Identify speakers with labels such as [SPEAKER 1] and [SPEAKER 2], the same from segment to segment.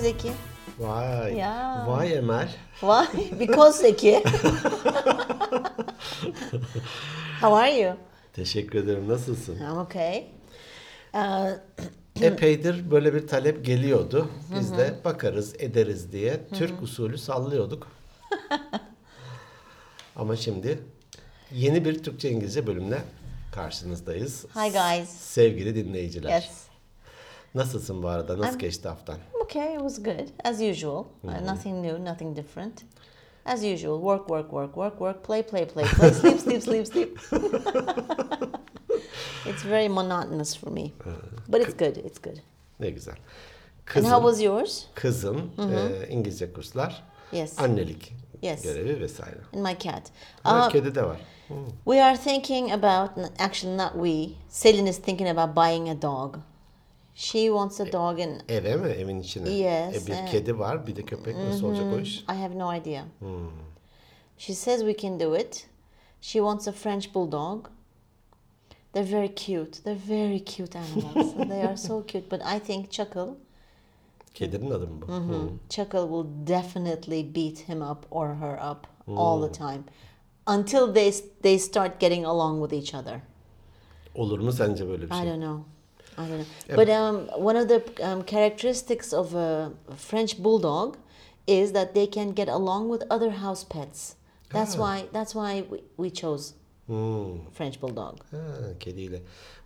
[SPEAKER 1] Zeki.
[SPEAKER 2] Vay.
[SPEAKER 1] Ya.
[SPEAKER 2] Vay Emel.
[SPEAKER 1] Why? Because Zeki. How are you?
[SPEAKER 2] Teşekkür ederim. Nasılsın?
[SPEAKER 1] I'm okay. Uh,
[SPEAKER 2] Epeydir böyle bir talep geliyordu. Biz de bakarız, ederiz diye Türk usulü sallıyorduk. Ama şimdi yeni bir Türkçe İngilizce bölümle karşınızdayız.
[SPEAKER 1] Hi guys.
[SPEAKER 2] Sevgili dinleyiciler.
[SPEAKER 1] yes.
[SPEAKER 2] Nasılsın bu arada? Nasıl geçti haftan?
[SPEAKER 1] I'm okay. It was good as usual. Uh, nothing new. Nothing different. As usual. Work, work, work, work, work. Play, play, play, play. sleep, sleep, sleep, sleep. it's very monotonous for me, but it's good. It's good.
[SPEAKER 2] Ne güzel.
[SPEAKER 1] And how
[SPEAKER 2] Kızın,
[SPEAKER 1] was yours?
[SPEAKER 2] kızın e, İngilizce kurslar,
[SPEAKER 1] Yes.
[SPEAKER 2] annelik
[SPEAKER 1] Yes.
[SPEAKER 2] görevi vesaire.
[SPEAKER 1] And my cat.
[SPEAKER 2] Ha,
[SPEAKER 1] Uh,
[SPEAKER 2] kedi de var. Hı.
[SPEAKER 1] We are thinking about, n- actually, not we. Selin is thinking about buying a dog. She wants a dog, and
[SPEAKER 2] Eve mi? Evin içine.
[SPEAKER 1] Yes,
[SPEAKER 2] E, bir
[SPEAKER 1] evet.
[SPEAKER 2] kedi var, bir de köpek. Nasıl olacak o iş?
[SPEAKER 1] I have no idea. She says we can do it. She wants a French bulldog. They're very cute. They're very cute animals. they are so cute. But I think Chuckle,
[SPEAKER 2] Kedinin adı mı bu? Hı.
[SPEAKER 1] Chuckle will definitely beat him up or her up all the time, until they s- they start getting along with each other.
[SPEAKER 2] Olur mu sence böyle bir
[SPEAKER 1] I
[SPEAKER 2] şey?
[SPEAKER 1] don't know. I don't know. But um, one of the um, characteristics of a French bulldog is that they can get along with other house pets. That's
[SPEAKER 2] Ah.
[SPEAKER 1] why. That's why we, we chose
[SPEAKER 2] Hmm.
[SPEAKER 1] French bulldog.
[SPEAKER 2] Ha, kediyle.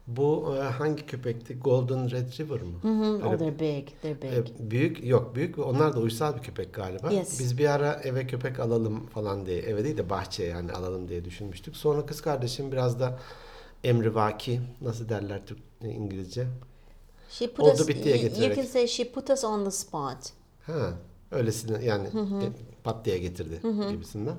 [SPEAKER 2] Bu e, hangi köpekti? Golden Retriever mı?
[SPEAKER 1] Oh,
[SPEAKER 2] Öyle-
[SPEAKER 1] they're big. They're
[SPEAKER 2] e,
[SPEAKER 1] big.
[SPEAKER 2] büyük yok büyük ve onlar da uysal bir köpek galiba.
[SPEAKER 1] Yes.
[SPEAKER 2] Biz bir ara eve köpek alalım falan diye eve değil de bahçeye yani alalım diye düşünmüştük. Sonra kız kardeşim biraz da emrivaki nasıl derler Türk İngilizce.
[SPEAKER 1] She put
[SPEAKER 2] Oldu
[SPEAKER 1] us.
[SPEAKER 2] bittiye
[SPEAKER 1] You, you
[SPEAKER 2] getirerek.
[SPEAKER 1] can say she put us on the spot.
[SPEAKER 2] Ha, öylesine yani e, pat diye getirdi gibisinden.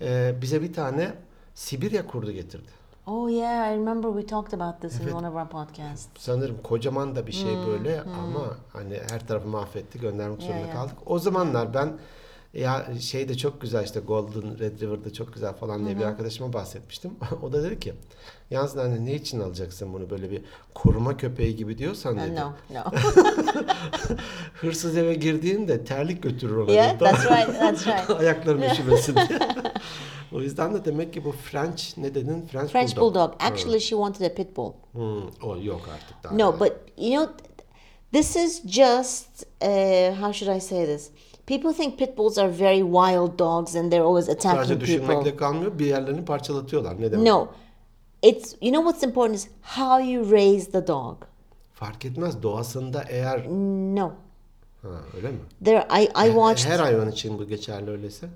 [SPEAKER 2] E, bize bir tane Sibirya kurdu getirdi.
[SPEAKER 1] Oh yeah, I remember we talked about this in one of our podcasts.
[SPEAKER 2] sanırım kocaman da bir şey böyle ama hani her tarafı mahvetti göndermek
[SPEAKER 1] Ya,
[SPEAKER 2] zorunda
[SPEAKER 1] ya.
[SPEAKER 2] kaldık. O zamanlar ben ya şey de çok güzel işte Golden Retriever'da çok güzel falan diye bir arkadaşıma bahsetmiştim. o da dedi ki yalnız anne ne için alacaksın bunu böyle bir koruma köpeği gibi diyorsan
[SPEAKER 1] Uh,
[SPEAKER 2] dedi.
[SPEAKER 1] no, no.
[SPEAKER 2] Hırsız eve girdiğinde terlik götürür ona.
[SPEAKER 1] yeah,
[SPEAKER 2] dedi. Tamam.
[SPEAKER 1] that's right. That's right.
[SPEAKER 2] Ayakların üşümesin diye. o yüzden de demek ki bu French ne dedin? French,
[SPEAKER 1] French
[SPEAKER 2] Bulldog.
[SPEAKER 1] bulldog. Actually, she wanted a pit bull.
[SPEAKER 2] Hmm, o yok artık daha.
[SPEAKER 1] No, but you know, th- this is just uh, how should I say this? People think pit bulls are very wild dogs and they're always attacking
[SPEAKER 2] Sadece
[SPEAKER 1] people.
[SPEAKER 2] düşünmekle kalmıyor bir yerlerini parçalatıyorlar. Ne demek?
[SPEAKER 1] No, it's you know what's important is how you raise the dog.
[SPEAKER 2] Fark etmez doğasında eğer
[SPEAKER 1] No,
[SPEAKER 2] ha, öyle mi?
[SPEAKER 1] there I I watched
[SPEAKER 2] Her hayvan için bu geçerli öyleyse.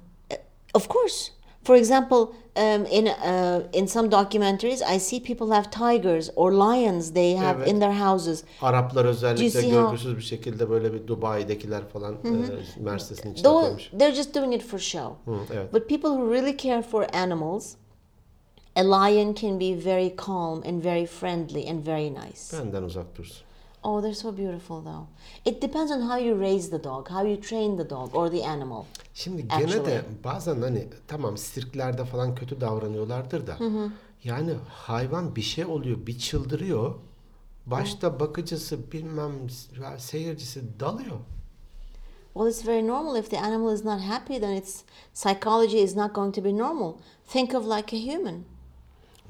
[SPEAKER 1] of course. For example, um, in uh, in some documentaries, I see people have tigers or lions they have
[SPEAKER 2] Evet.
[SPEAKER 1] in their houses.
[SPEAKER 2] Araplar özellikle
[SPEAKER 1] Cüzi ha.
[SPEAKER 2] görgüsüz bir şekilde böyle bir Dubai'dekiler falan e, Mercedes'in içine
[SPEAKER 1] Though
[SPEAKER 2] koymuş.
[SPEAKER 1] they're just doing it for show.
[SPEAKER 2] Hı, evet.
[SPEAKER 1] But people who really care for animals, a lion can be very calm and very friendly and very nice.
[SPEAKER 2] Benden uzak dursun.
[SPEAKER 1] Oh, they're so beautiful though. It depends on how you raise the dog, how you train the dog or the animal.
[SPEAKER 2] Şimdi gene de
[SPEAKER 1] Actually.
[SPEAKER 2] bazen hani tamam sirklerde falan kötü davranıyorlardır da yani hayvan bir şey oluyor bir çıldırıyor. Başta bakıcısı bilmem seyircisi dalıyor.
[SPEAKER 1] Well, it's very normal. If the animal is not happy, then its psychology is not going to be normal. Think of like a human.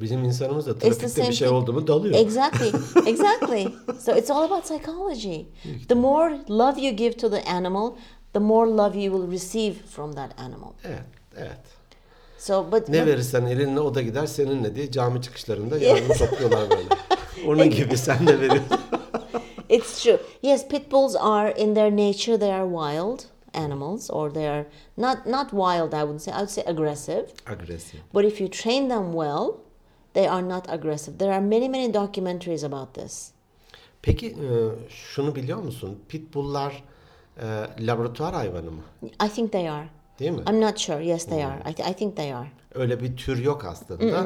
[SPEAKER 2] Bizim insanımız da
[SPEAKER 1] the
[SPEAKER 2] trafikte
[SPEAKER 1] same
[SPEAKER 2] bir şey
[SPEAKER 1] thing.
[SPEAKER 2] oldu mu dalıyor.
[SPEAKER 1] Exactly, exactly. So it's all about psychology. The more love you give to the animal, the more love you will receive from that animal.
[SPEAKER 2] Evet, evet.
[SPEAKER 1] So, but
[SPEAKER 2] Ne verirsen elinle o da gider seninle diye cami çıkışlarında yardım topluyorlar böyle. Onun gibi sen de veriyorsun.
[SPEAKER 1] It's true. Yes, pit bulls are in their nature they are wild animals or they are not not wild I wouldn't say. I would say aggressive.
[SPEAKER 2] Agresif.
[SPEAKER 1] But if you train them well, they are not aggressive. There are many many documentaries about this.
[SPEAKER 2] Peki e, şunu biliyor musun? Pitbulllar e, laboratuvar hayvanı mı?
[SPEAKER 1] I think they are.
[SPEAKER 2] Değil mi?
[SPEAKER 1] I'm not sure. Yes, they are. I, th- I think they are.
[SPEAKER 2] Öyle bir tür yok aslında.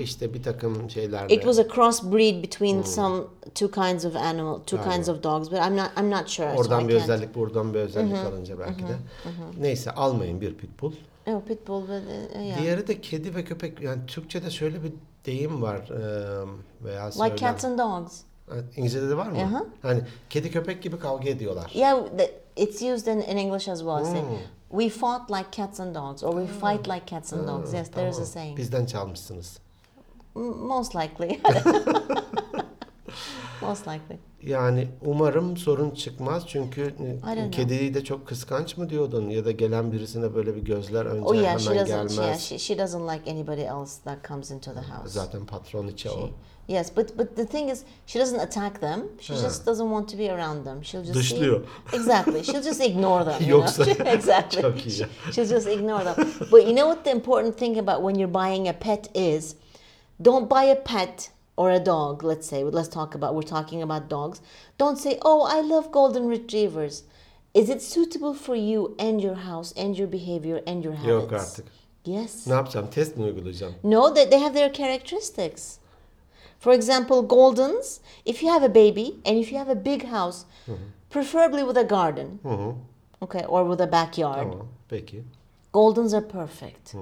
[SPEAKER 2] işte bir takım şeylerle.
[SPEAKER 1] It was a crossbreed between some two kinds of animal, two kinds of dogs, but I'm not I'm not sure. so I
[SPEAKER 2] Oradan bir
[SPEAKER 1] can't-
[SPEAKER 2] özellik, buradan bir özellik alınca belki de. Neyse almayın bir pitbull.
[SPEAKER 1] No, Oh, pit bull, but uh, yeah.
[SPEAKER 2] Diğeri de kedi ve köpek. Yani Türkçe'de şöyle bir deyim var e, veya
[SPEAKER 1] Like
[SPEAKER 2] söylem.
[SPEAKER 1] cats and dogs.
[SPEAKER 2] Evet, İngilizce'de de var mı?
[SPEAKER 1] Aha.
[SPEAKER 2] Hani kedi köpek gibi kavga ediyorlar.
[SPEAKER 1] Yeah, the, it's used in, in English as well. Say,
[SPEAKER 2] Hmm.
[SPEAKER 1] we fought like cats and dogs, or we fight like cats and dogs.
[SPEAKER 2] Ha,
[SPEAKER 1] Yes, there is a
[SPEAKER 2] tamam.
[SPEAKER 1] saying.
[SPEAKER 2] Bizden çalmışsınız.
[SPEAKER 1] M- Most likely. Most likely.
[SPEAKER 2] Yani umarım sorun çıkmaz çünkü
[SPEAKER 1] know.
[SPEAKER 2] kediyi de çok kıskanç mı diyordun ya da gelen birisine böyle bir gözler önce
[SPEAKER 1] Oh yeah, she
[SPEAKER 2] hemen
[SPEAKER 1] doesn't. Yeah,
[SPEAKER 2] gelmez.
[SPEAKER 1] she, she doesn't like anybody else that comes into the house.
[SPEAKER 2] Zaten patron içi o.
[SPEAKER 1] She- yes, but but the thing is, she doesn't attack them. She just doesn't want to be around them. She'll just see-
[SPEAKER 2] Dışlıyor.
[SPEAKER 1] exactly. She'll just ignore them. you know?
[SPEAKER 2] Yoksa-
[SPEAKER 1] exactly.
[SPEAKER 2] Çok iyi ya.
[SPEAKER 1] She, will just ignore them. But you know what the important thing about when you're buying a pet is, don't buy a pet or a dog. Let's say let's talk about we're talking about dogs. Don't say, oh, I love golden retrievers. Is it suitable for you and your house and your behavior and your habits?
[SPEAKER 2] Yok artık.
[SPEAKER 1] Yes.
[SPEAKER 2] Ne yapacağım? Test mi uygulayacağım?
[SPEAKER 1] No, they, they have their characteristics. For example, Goldens, if you have a baby and if you have a big house, preferably with a garden,
[SPEAKER 2] Hı hı.
[SPEAKER 1] okay, or with a backyard,
[SPEAKER 2] Tamam. Peki.
[SPEAKER 1] Goldens are perfect.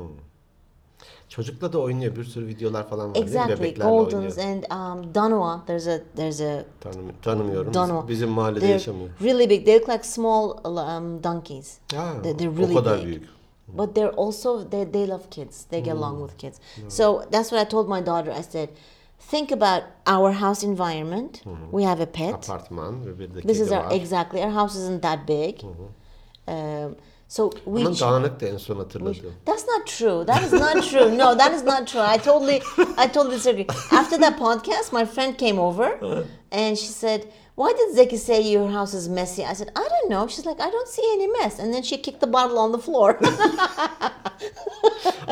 [SPEAKER 2] Çocukla da oynuyor. Bir sürü videolar falan var değil mi?
[SPEAKER 1] Exactly,
[SPEAKER 2] Bebeklerle
[SPEAKER 1] Goldens
[SPEAKER 2] oynuyor.
[SPEAKER 1] and um, Danua. There's a there's a
[SPEAKER 2] Tanım- tanımıyorum.
[SPEAKER 1] Danua.
[SPEAKER 2] Bizim mahallede
[SPEAKER 1] they're
[SPEAKER 2] yaşamıyor.
[SPEAKER 1] really big. They look like small um, donkeys,
[SPEAKER 2] Ha,
[SPEAKER 1] They- they're
[SPEAKER 2] o
[SPEAKER 1] really
[SPEAKER 2] kadar
[SPEAKER 1] big.
[SPEAKER 2] büyük.
[SPEAKER 1] but they're also they they love kids. They get along with kids. So that's what I told my daughter. I said, think about our house environment. We have a pet.
[SPEAKER 2] Apartman ve bir de
[SPEAKER 1] This is
[SPEAKER 2] kedi
[SPEAKER 1] our
[SPEAKER 2] var.
[SPEAKER 1] exactly. Our house isn't that big. Um, so we.
[SPEAKER 2] Ama
[SPEAKER 1] ch-
[SPEAKER 2] dağınık da en son hatırladım.
[SPEAKER 1] that's not true. That is not true. No, that is not true. I totally, I totally disagree. After that podcast, my friend came over, and she said, "Why did Zeki say your house is messy?" I said, "I don't know." She's like, "I don't see any mess," and then she kicked the bottle on the floor.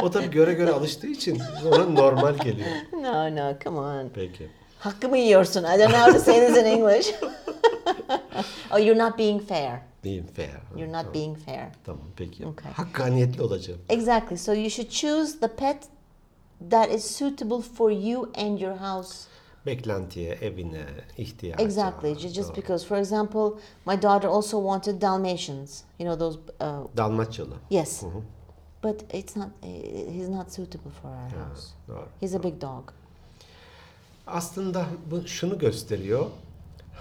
[SPEAKER 2] O tabii göre göre alıştığı için ona normal geliyor.
[SPEAKER 1] no, no, come on.
[SPEAKER 2] Peki.
[SPEAKER 1] Hakkımı yiyorsun. I don't know how to say this in English. oh, you're not being fair.
[SPEAKER 2] Being fair.
[SPEAKER 1] You're not being fair.
[SPEAKER 2] Tamam peki.
[SPEAKER 1] Okay.
[SPEAKER 2] Hakkaniyetli olacağım.
[SPEAKER 1] Exactly. So you should choose the pet that is suitable for you and your house.
[SPEAKER 2] Beklentiye, evine, ihtiyaca.
[SPEAKER 1] Exactly. Ju- Just
[SPEAKER 2] Doğru.
[SPEAKER 1] because, for example, my daughter also wanted Dalmatians. You know those. Uh,
[SPEAKER 2] Dalmaçyalı.
[SPEAKER 1] yes. But it's not. eh, He's not suitable for our house.
[SPEAKER 2] Doğru.
[SPEAKER 1] He's a big dog.
[SPEAKER 2] Aslında bu şunu gösteriyor.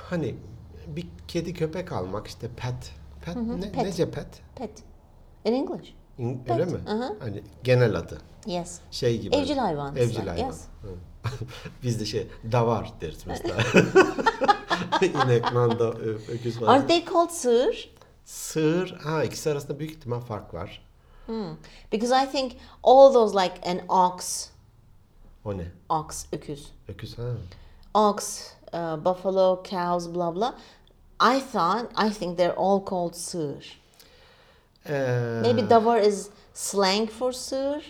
[SPEAKER 2] Hani bir kedi köpek almak işte pet. Pet ne?
[SPEAKER 1] pet.
[SPEAKER 2] Nece pet?
[SPEAKER 1] Pet. In English.
[SPEAKER 2] İng- Öyle mi?
[SPEAKER 1] aha.
[SPEAKER 2] Hani genel adı.
[SPEAKER 1] Yes.
[SPEAKER 2] Şey gibi.
[SPEAKER 1] Evcil hayvan. It's
[SPEAKER 2] Evcil
[SPEAKER 1] like-
[SPEAKER 2] hayvan.
[SPEAKER 1] Yes.
[SPEAKER 2] Hı. Biz de şey davar deriz mesela. İnek, manda, ö- öküz var.
[SPEAKER 1] Aren't they called sığır?
[SPEAKER 2] Sığır. Ha ikisi arasında büyük ihtimal fark var.
[SPEAKER 1] Because I think all those like an ox,
[SPEAKER 2] O ne?
[SPEAKER 1] ox, öküz.
[SPEAKER 2] Öküz ha.
[SPEAKER 1] ox, uh, buffalo, cows, blah blah. I thought, I think they're all called sığır.
[SPEAKER 2] Ee,
[SPEAKER 1] Maybe davar is slang for sığır.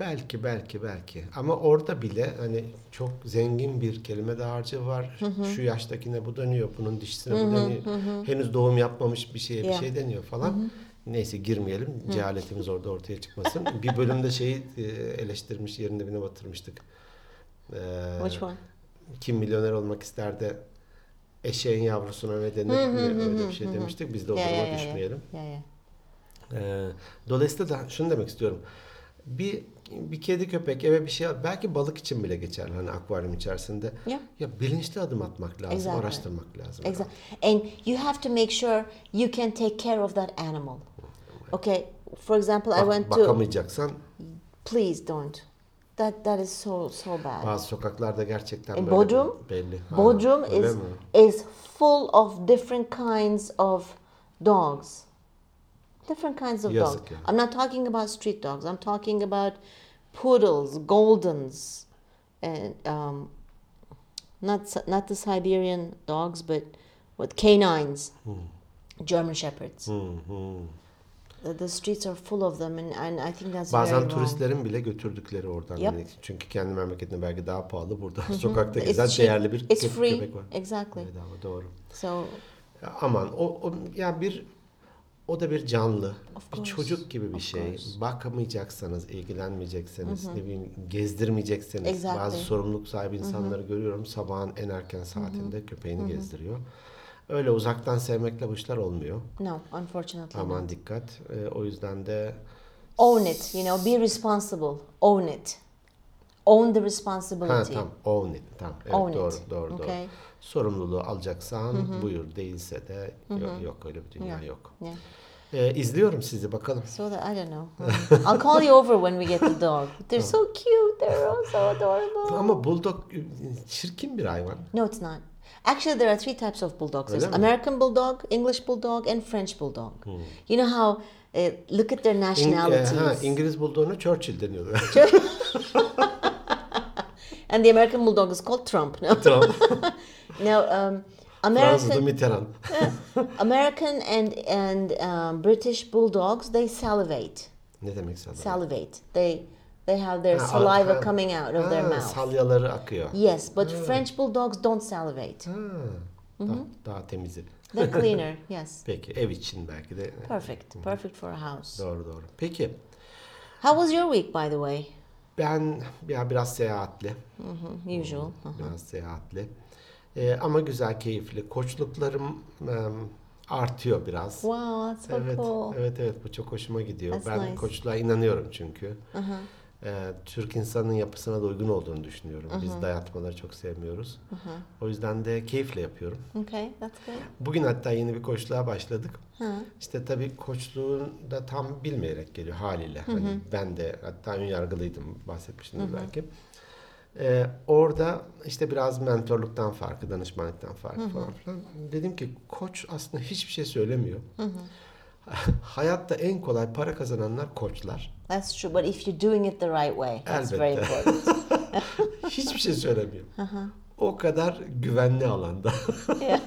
[SPEAKER 2] Belki belki belki ama orada bile hani çok zengin bir kelime dağarcığı var. Şu yaştakine bu dönüyor, bunun dişisine bu dönüyor. Henüz doğum yapmamış bir şeye bir
[SPEAKER 1] Yeah.
[SPEAKER 2] şey deniyor falan. Neyse girmeyelim. Cehaletimiz orada ortaya çıkmasın. bir bölümde şeyi e, eleştirmiş, yerinde birine batırmıştık. Ee,
[SPEAKER 1] Which one?
[SPEAKER 2] Kim milyoner olmak ister de eşeğin yavrusuna ne denir? Öyle bir şey demiştik. Biz de o
[SPEAKER 1] Yeah,
[SPEAKER 2] duruma
[SPEAKER 1] yeah, yeah, yeah.
[SPEAKER 2] düşmeyelim.
[SPEAKER 1] Yeah, yeah.
[SPEAKER 2] Ee, dolayısıyla da şunu demek istiyorum. Bir bir kedi köpek eve bir şey al- belki balık için bile geçer hani akvaryum içerisinde.
[SPEAKER 1] Yeah.
[SPEAKER 2] Ya bilinçli adım atmak lazım,
[SPEAKER 1] Exactly.
[SPEAKER 2] araştırmak lazım.
[SPEAKER 1] Exactly. And you have to make sure you can take care of that animal. Okay. For example, I
[SPEAKER 2] Bak-
[SPEAKER 1] went to.
[SPEAKER 2] bakamayacaksan
[SPEAKER 1] Please don't. That that is so so bad.
[SPEAKER 2] bazı sokaklarda gerçekten
[SPEAKER 1] E,
[SPEAKER 2] böyle
[SPEAKER 1] Bodrum-
[SPEAKER 2] belli. Ha,
[SPEAKER 1] Bodrum
[SPEAKER 2] öyle
[SPEAKER 1] is
[SPEAKER 2] mi?
[SPEAKER 1] is full of different kinds of dogs. Different kinds of
[SPEAKER 2] Yazık
[SPEAKER 1] dogs.
[SPEAKER 2] ya.
[SPEAKER 1] I'm not talking about street dogs. I'm talking about poodles, goldens, and um, not S- not the Siberian dogs, but what canines, German shepherds. The, the streets are full of them, and, and I think that's very
[SPEAKER 2] Bazen
[SPEAKER 1] wrong.
[SPEAKER 2] turistlerin bile götürdükleri oradan.
[SPEAKER 1] Yep.
[SPEAKER 2] hani. Çünkü kendi memleketinde belki daha pahalı. Burada sokakta
[SPEAKER 1] It's
[SPEAKER 2] gezen
[SPEAKER 1] cheap,
[SPEAKER 2] değerli bir
[SPEAKER 1] it's
[SPEAKER 2] köpek,
[SPEAKER 1] free.
[SPEAKER 2] köpek var.
[SPEAKER 1] Exactly.
[SPEAKER 2] Bedava, doğru.
[SPEAKER 1] So
[SPEAKER 2] Ya Aman o, o ya bir o da bir canlı. Bir
[SPEAKER 1] course,
[SPEAKER 2] çocuk gibi bir şey.
[SPEAKER 1] course.
[SPEAKER 2] Bakamayacaksanız, ilgilenmeyecekseniz, ne bileyim gezdirmeyecekseniz.
[SPEAKER 1] Exactly.
[SPEAKER 2] Bazı sorumluluk sahibi insanları görüyorum sabahın en erken saatinde köpeğini gezdiriyor. Öyle uzaktan sevmekle bu işler olmuyor.
[SPEAKER 1] no, unfortunately. no.
[SPEAKER 2] Aman dikkat. Ee, o yüzden de
[SPEAKER 1] own it you know be responsible own it own the responsibility.
[SPEAKER 2] Ha tamam own it. Tamam. Evet,
[SPEAKER 1] Own it.
[SPEAKER 2] doğru, doğru, doğru.
[SPEAKER 1] Okay.
[SPEAKER 2] Sorumluluğu alacaksan buyur. Değilse de yo- yok, öyle bir dünya yok.
[SPEAKER 1] Yeah.
[SPEAKER 2] Ee, izliyorum sizi bakalım.
[SPEAKER 1] So that I don't know. I'll call you over when we get the dog. They're so cute. They're all so adorable.
[SPEAKER 2] Ama bulldog e, çirkin bir hayvan.
[SPEAKER 1] No, it's not. Actually, there are three types of bulldogs. There's
[SPEAKER 2] Öyle mi?
[SPEAKER 1] American bulldog, English bulldog, and French bulldog. You know how uh, look at their
[SPEAKER 2] İng- e,
[SPEAKER 1] nationalities.
[SPEAKER 2] ha, İngiliz bulldoguna Churchill deniyordu.
[SPEAKER 1] and the American bulldog is called Trump. No,
[SPEAKER 2] Trump.
[SPEAKER 1] no. Um,
[SPEAKER 2] Fransa'da
[SPEAKER 1] American,
[SPEAKER 2] Mitterrand.
[SPEAKER 1] American and and um, British bulldogs they salivate.
[SPEAKER 2] ne demek salya?
[SPEAKER 1] Salivate. They they have their
[SPEAKER 2] Ha, a-
[SPEAKER 1] saliva
[SPEAKER 2] ha.
[SPEAKER 1] coming out of their
[SPEAKER 2] Ha,
[SPEAKER 1] mouth.
[SPEAKER 2] Salyaları akıyor.
[SPEAKER 1] Yes, but French bulldogs don't salivate.
[SPEAKER 2] Ha, daha, daha temizi.
[SPEAKER 1] They're cleaner. Yes.
[SPEAKER 2] Peki ev için belki de.
[SPEAKER 1] Perfect. Perfect for a house.
[SPEAKER 2] Doğru doğru. Peki
[SPEAKER 1] How was your week, by the way? Mm-hmm,
[SPEAKER 2] ben ya biraz seyahatli.
[SPEAKER 1] Usual. Uh-huh. huh?
[SPEAKER 2] Biraz seyahatli. Ee, ama güzel, keyifli. Koçluklarım em, artıyor biraz.
[SPEAKER 1] Wow, that's so
[SPEAKER 2] evet,
[SPEAKER 1] cool.
[SPEAKER 2] evet, evet. Bu çok hoşuma gidiyor.
[SPEAKER 1] That's
[SPEAKER 2] ben
[SPEAKER 1] nice.
[SPEAKER 2] koçluğa inanıyorum çünkü.
[SPEAKER 1] Uh-huh,
[SPEAKER 2] Ee, Türk insanının yapısına da uygun olduğunu düşünüyorum. Biz dayatmaları çok sevmiyoruz. O yüzden de keyifle yapıyorum.
[SPEAKER 1] uh-huh. Okay, that's good.
[SPEAKER 2] Bugün hatta yeni bir koçluğa başladık.
[SPEAKER 1] Hı.
[SPEAKER 2] İşte tabii koçluğu da tam bilmeyerek geliyor haliyle. Hani ben de hatta ön yargılıydım bahsetmiştim belki. Ee, orada işte biraz mentorluktan farkı, danışmanlıktan farkı falan filan. Dedim ki koç aslında hiçbir şey söylemiyor. Hayatta en kolay para kazananlar koçlar.
[SPEAKER 1] That's true. But if you're doing it the right way, that's very
[SPEAKER 2] Elbette.
[SPEAKER 1] important.
[SPEAKER 2] Hiçbir şey söylemiyor. o kadar güvenli alanda.
[SPEAKER 1] Yeah.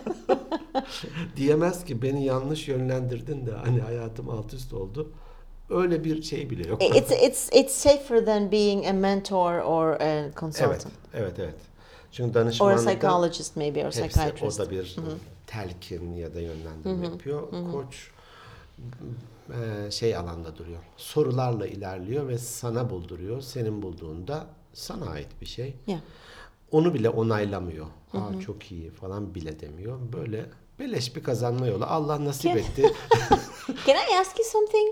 [SPEAKER 2] Diyemez ki beni yanlış yönlendirdin de hani hayatım alt üst oldu. Öyle bir şey bile yok.
[SPEAKER 1] I- It's it's it's safer than being a mentor or a
[SPEAKER 2] Evet,
[SPEAKER 1] consultant
[SPEAKER 2] evet, evet. Çünkü
[SPEAKER 1] or a
[SPEAKER 2] danışmanlıkta
[SPEAKER 1] psychologist maybe or
[SPEAKER 2] hepsi
[SPEAKER 1] psychiatrist.
[SPEAKER 2] o da bir telkin ya da yönlendirme yapıyor. Koç e, şey alanda duruyor. Sorularla ilerliyor ve sana bulduruyor. Senin bulduğunda sana ait bir şey.
[SPEAKER 1] Yeah.
[SPEAKER 2] Onu bile onaylamıyor. Ha çok iyi falan bile demiyor. Böyle beleş bir kazanma yolu. Allah nasip etti.
[SPEAKER 1] Can I ask you something?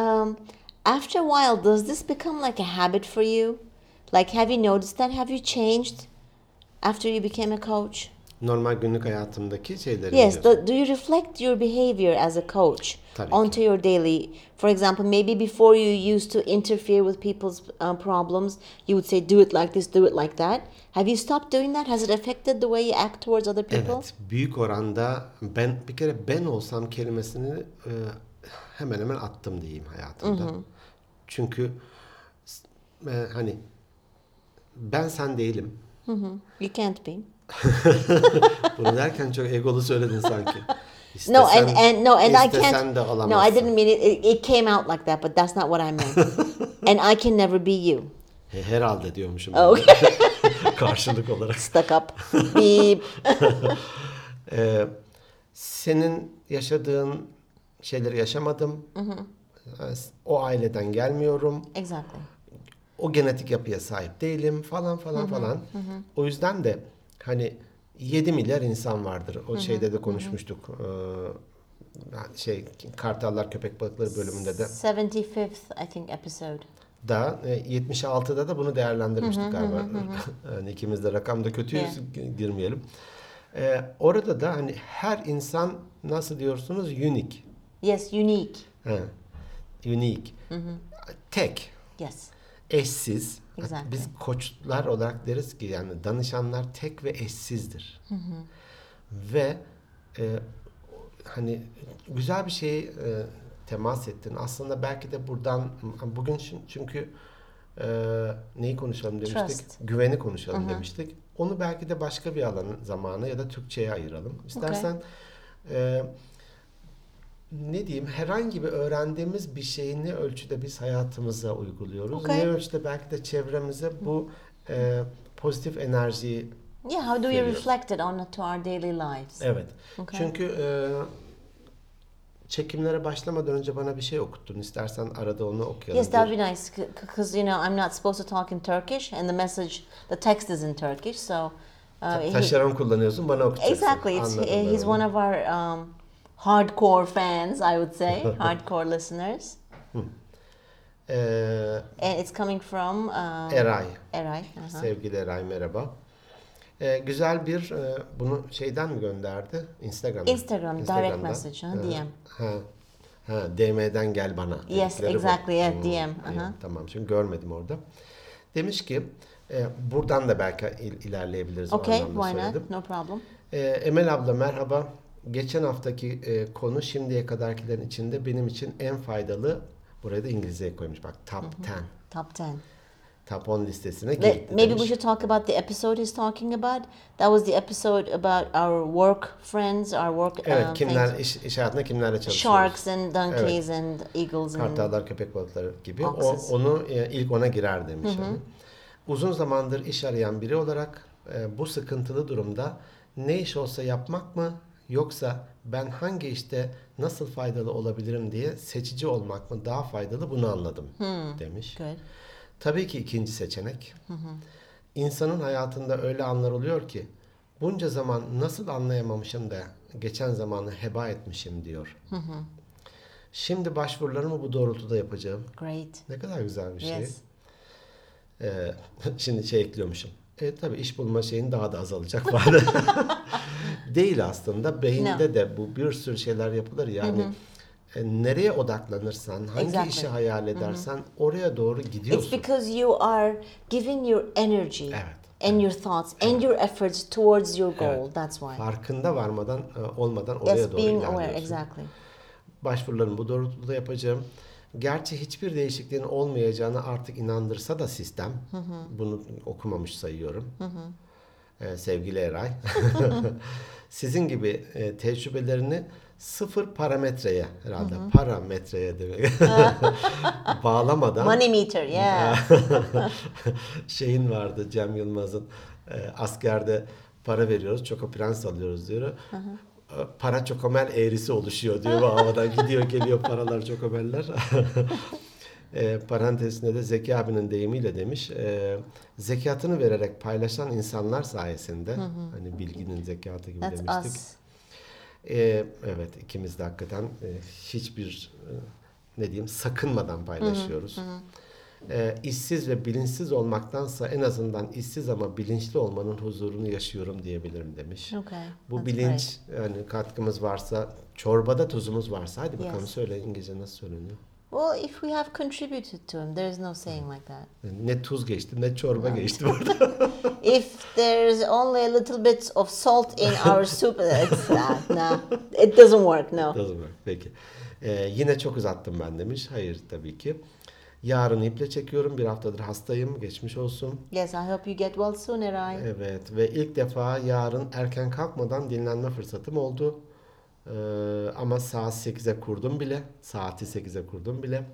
[SPEAKER 1] Um, after a while, does this become like a habit for you? Like, have you noticed that? Have you changed after you became a coach?
[SPEAKER 2] Normal günlük hayatımdaki şeyleri
[SPEAKER 1] Yes.
[SPEAKER 2] diyorsun.
[SPEAKER 1] Do, do you reflect your behavior as a coach
[SPEAKER 2] Tabii ki.
[SPEAKER 1] onto your daily? For example, maybe before you used to interfere with people's uh, problems, you would say, "Do it like this, do it like that." Have you stopped doing that? Has it affected the way you act towards other people?
[SPEAKER 2] Evet, büyük oranda ben bir kere ben olsam kelimesini e, hemen hemen attım diyeyim hayatımda. Çünkü s- e, hani ben sen değilim.
[SPEAKER 1] Hmm. You can't be.
[SPEAKER 2] Bunu derken çok egolu söyledin sanki. İstesen,
[SPEAKER 1] No, and, and no, and I can't.
[SPEAKER 2] istesen de
[SPEAKER 1] No, I
[SPEAKER 2] olamazsın.
[SPEAKER 1] didn't mean it. it. It came out like that, but that's not what I meant. and I can never be you.
[SPEAKER 2] He- Herhalde diyormuşum.
[SPEAKER 1] Oh, Okay,
[SPEAKER 2] Karşılık olarak.
[SPEAKER 1] stuck up. Beep.
[SPEAKER 2] Ee, senin yaşadığın şeyleri yaşamadım. E, O aileden gelmiyorum.
[SPEAKER 1] Exactly.
[SPEAKER 2] o genetik yapıya sahip değilim falan falan falan. O yüzden de hani 7 milyar insan vardır. O şeyde de konuşmuştuk. Ee, yani şey Kartallar Köpek Balıkları bölümünde de
[SPEAKER 1] Seventy-fifth, I think, episode.
[SPEAKER 2] da e, 76'da da bunu değerlendirmiştik galiba. yani ikimiz de rakamda kötüyüz girmeyelim. Ee, orada da hani her insan nasıl diyorsunuz unique.
[SPEAKER 1] Yes, unique.
[SPEAKER 2] Ha, unique. Tek.
[SPEAKER 1] Yes.
[SPEAKER 2] eşsiz.
[SPEAKER 1] Exactly.
[SPEAKER 2] Biz koçlar olarak deriz ki yani danışanlar tek ve eşsizdir. Ve e, hani güzel bir şey e, temas ettin. Aslında belki de buradan bugün şun- çünkü e, neyi konuşalım demiştik?
[SPEAKER 1] Trust.
[SPEAKER 2] Güveni konuşalım demiştik. Onu belki de başka bir alan zamana ya da Türkçe'ye ayıralım. İstersen e, ne diyeyim herhangi bir öğrendiğimiz bir şeyi ne ölçüde biz hayatımıza uyguluyoruz.
[SPEAKER 1] Okay.
[SPEAKER 2] Ne ölçüde belki de çevremize bu e, pozitif enerjiyi
[SPEAKER 1] Yeah. How do we
[SPEAKER 2] Failure.
[SPEAKER 1] reflect it on to our daily lives?
[SPEAKER 2] evet.
[SPEAKER 1] Okay.
[SPEAKER 2] Çünkü e, çekimlere başlamadan önce bana bir şey okuttun. İstersen arada onu okuyalım.
[SPEAKER 1] Yes, that would be nice because you know I'm not supposed to talk in Turkish, and the message, the text is in Turkish. So, uh,
[SPEAKER 2] Ta-
[SPEAKER 1] he-
[SPEAKER 2] Taşeron kullanıyorsun bana okutacaksın.
[SPEAKER 1] Exactly. It's,
[SPEAKER 2] Anladım
[SPEAKER 1] he-
[SPEAKER 2] ben
[SPEAKER 1] he's
[SPEAKER 2] onu.
[SPEAKER 1] one of our um, hardcore fans, I would say, hardcore listeners.
[SPEAKER 2] E, Ee,
[SPEAKER 1] And it's coming from um, uh-huh.
[SPEAKER 2] Eray.
[SPEAKER 1] Eray. aha.
[SPEAKER 2] Sevgili Eray merhaba. Ee, güzel bir e, bunu şeyden mi gönderdi? Instagram'dan.
[SPEAKER 1] Instagram, direct
[SPEAKER 2] Instagram'dan.
[SPEAKER 1] message, huh? Uh,
[SPEAKER 2] Ee,
[SPEAKER 1] DM.
[SPEAKER 2] Ha. Ha, DM'den gel bana.
[SPEAKER 1] Yes,
[SPEAKER 2] dedikleri bu.
[SPEAKER 1] exactly, yeah, DM,
[SPEAKER 2] iyi,
[SPEAKER 1] aha.
[SPEAKER 2] Tamam, şimdi görmedim orada. Demiş ki, e, buradan da belki il- ilerleyebiliriz. o
[SPEAKER 1] Okay,
[SPEAKER 2] anlamda
[SPEAKER 1] why
[SPEAKER 2] söyledim.
[SPEAKER 1] not? No problem.
[SPEAKER 2] Ee, Emel abla merhaba. Geçen haftaki e, konu şimdiye kadarkilerin içinde benim için en faydalı, buraya da İngilizceye koymuş bak, top 10.
[SPEAKER 1] Top 10.
[SPEAKER 2] Top 10 listesine
[SPEAKER 1] Let-
[SPEAKER 2] girdi
[SPEAKER 1] maybe
[SPEAKER 2] demiş.
[SPEAKER 1] we should talk about the episode he's talking about. That was the episode about our work friends, our work
[SPEAKER 2] Evet,
[SPEAKER 1] um,
[SPEAKER 2] kimler iş,
[SPEAKER 1] things.
[SPEAKER 2] iş hayatında kimlerle çalışıyoruz?
[SPEAKER 1] sharks and donkeys and eagles and
[SPEAKER 2] Kartallar, köpek balıkları gibi. O,
[SPEAKER 1] Haksız.
[SPEAKER 2] onu e, ilk ona girer demiş. hani. Uzun zamandır iş arayan biri olarak e, bu sıkıntılı durumda ne iş olsa yapmak mı yoksa ben hangi işte nasıl faydalı olabilirim diye seçici olmak mı daha faydalı bunu anladım demiş.
[SPEAKER 1] good.
[SPEAKER 2] Tabii ki ikinci seçenek. İnsanın hayatında öyle anlar oluyor ki bunca zaman nasıl anlayamamışım da geçen zamanı heba etmişim diyor. Şimdi başvurularımı bu doğrultuda yapacağım.
[SPEAKER 1] Great.
[SPEAKER 2] Ne kadar güzel bir şey.
[SPEAKER 1] Yes.
[SPEAKER 2] Ee, şimdi şey ekliyormuşum. E tabii iş bulma şeyin daha da azalacak vardı. Değil aslında. Beyinde de bu bir sürü şeyler yapılır yani. e, Nereye odaklanırsan, hangi
[SPEAKER 1] Exactly.
[SPEAKER 2] işi hayal edersen oraya doğru gidiyorsun.
[SPEAKER 1] It's because you are giving your energy
[SPEAKER 2] Evet.
[SPEAKER 1] and your thoughts and your efforts towards your goal. That's why.
[SPEAKER 2] Farkında varmadan, e, olmadan oraya
[SPEAKER 1] Yes,
[SPEAKER 2] doğru
[SPEAKER 1] being
[SPEAKER 2] ilerliyorsun.
[SPEAKER 1] aware. Exactly.
[SPEAKER 2] Başvurularımı bu doğrultuda yapacağım. Gerçi hiçbir değişikliğin olmayacağını artık inandırsa da sistem, bunu okumamış sayıyorum. Ee, sevgili Eray, sizin gibi e, tecrübelerini sıfır parametreye herhalde parametreye demek
[SPEAKER 1] Ee,
[SPEAKER 2] bağlamadan
[SPEAKER 1] Money meter. Yeah.
[SPEAKER 2] şeyin vardı Cem Yılmaz'ın e, askerde para veriyoruz çoko prens alıyoruz diyor. E, Para çokomel eğrisi oluşuyor diyor. Bu havadan gidiyor geliyor paralar çokomeller. e, parantezinde de Zeki abinin deyimiyle demiş. e, zekatını vererek paylaşan insanlar sayesinde hani bilginin zekatı gibi
[SPEAKER 1] That's
[SPEAKER 2] demiştik.
[SPEAKER 1] us.
[SPEAKER 2] E, evet ikimiz de hakikaten e, hiçbir e, ne diyeyim sakınmadan paylaşıyoruz. E, işsiz ve bilinçsiz olmaktansa en azından işsiz ama bilinçli olmanın huzurunu yaşıyorum diyebilirim demiş.
[SPEAKER 1] Okay.
[SPEAKER 2] Bu
[SPEAKER 1] that's great.
[SPEAKER 2] bilinç yani katkımız varsa çorbada tuzumuz varsa hadi bakalım
[SPEAKER 1] Yes.
[SPEAKER 2] söyle İngilizce nasıl söyleniyor?
[SPEAKER 1] Well, if we have contributed to him, there is no saying like that.
[SPEAKER 2] Ne tuz geçti ne çorba geçti burada.
[SPEAKER 1] If there's only a little bit of salt in our soup, it's that. No, it doesn't work. No.
[SPEAKER 2] Anladın mı? Peki. Ee, yine çok uzattım ben demiş. Hayır tabii ki. Yarın iple çekiyorum. Bir haftadır hastayım. Geçmiş olsun.
[SPEAKER 1] Yes, I hope you get well soon, Erai.
[SPEAKER 2] Evet ve ilk defa yarın erken kalkmadan dinlenme fırsatım oldu. Ee, ama saat 8'e kurdum bile. Saati 8'e kurdum bile.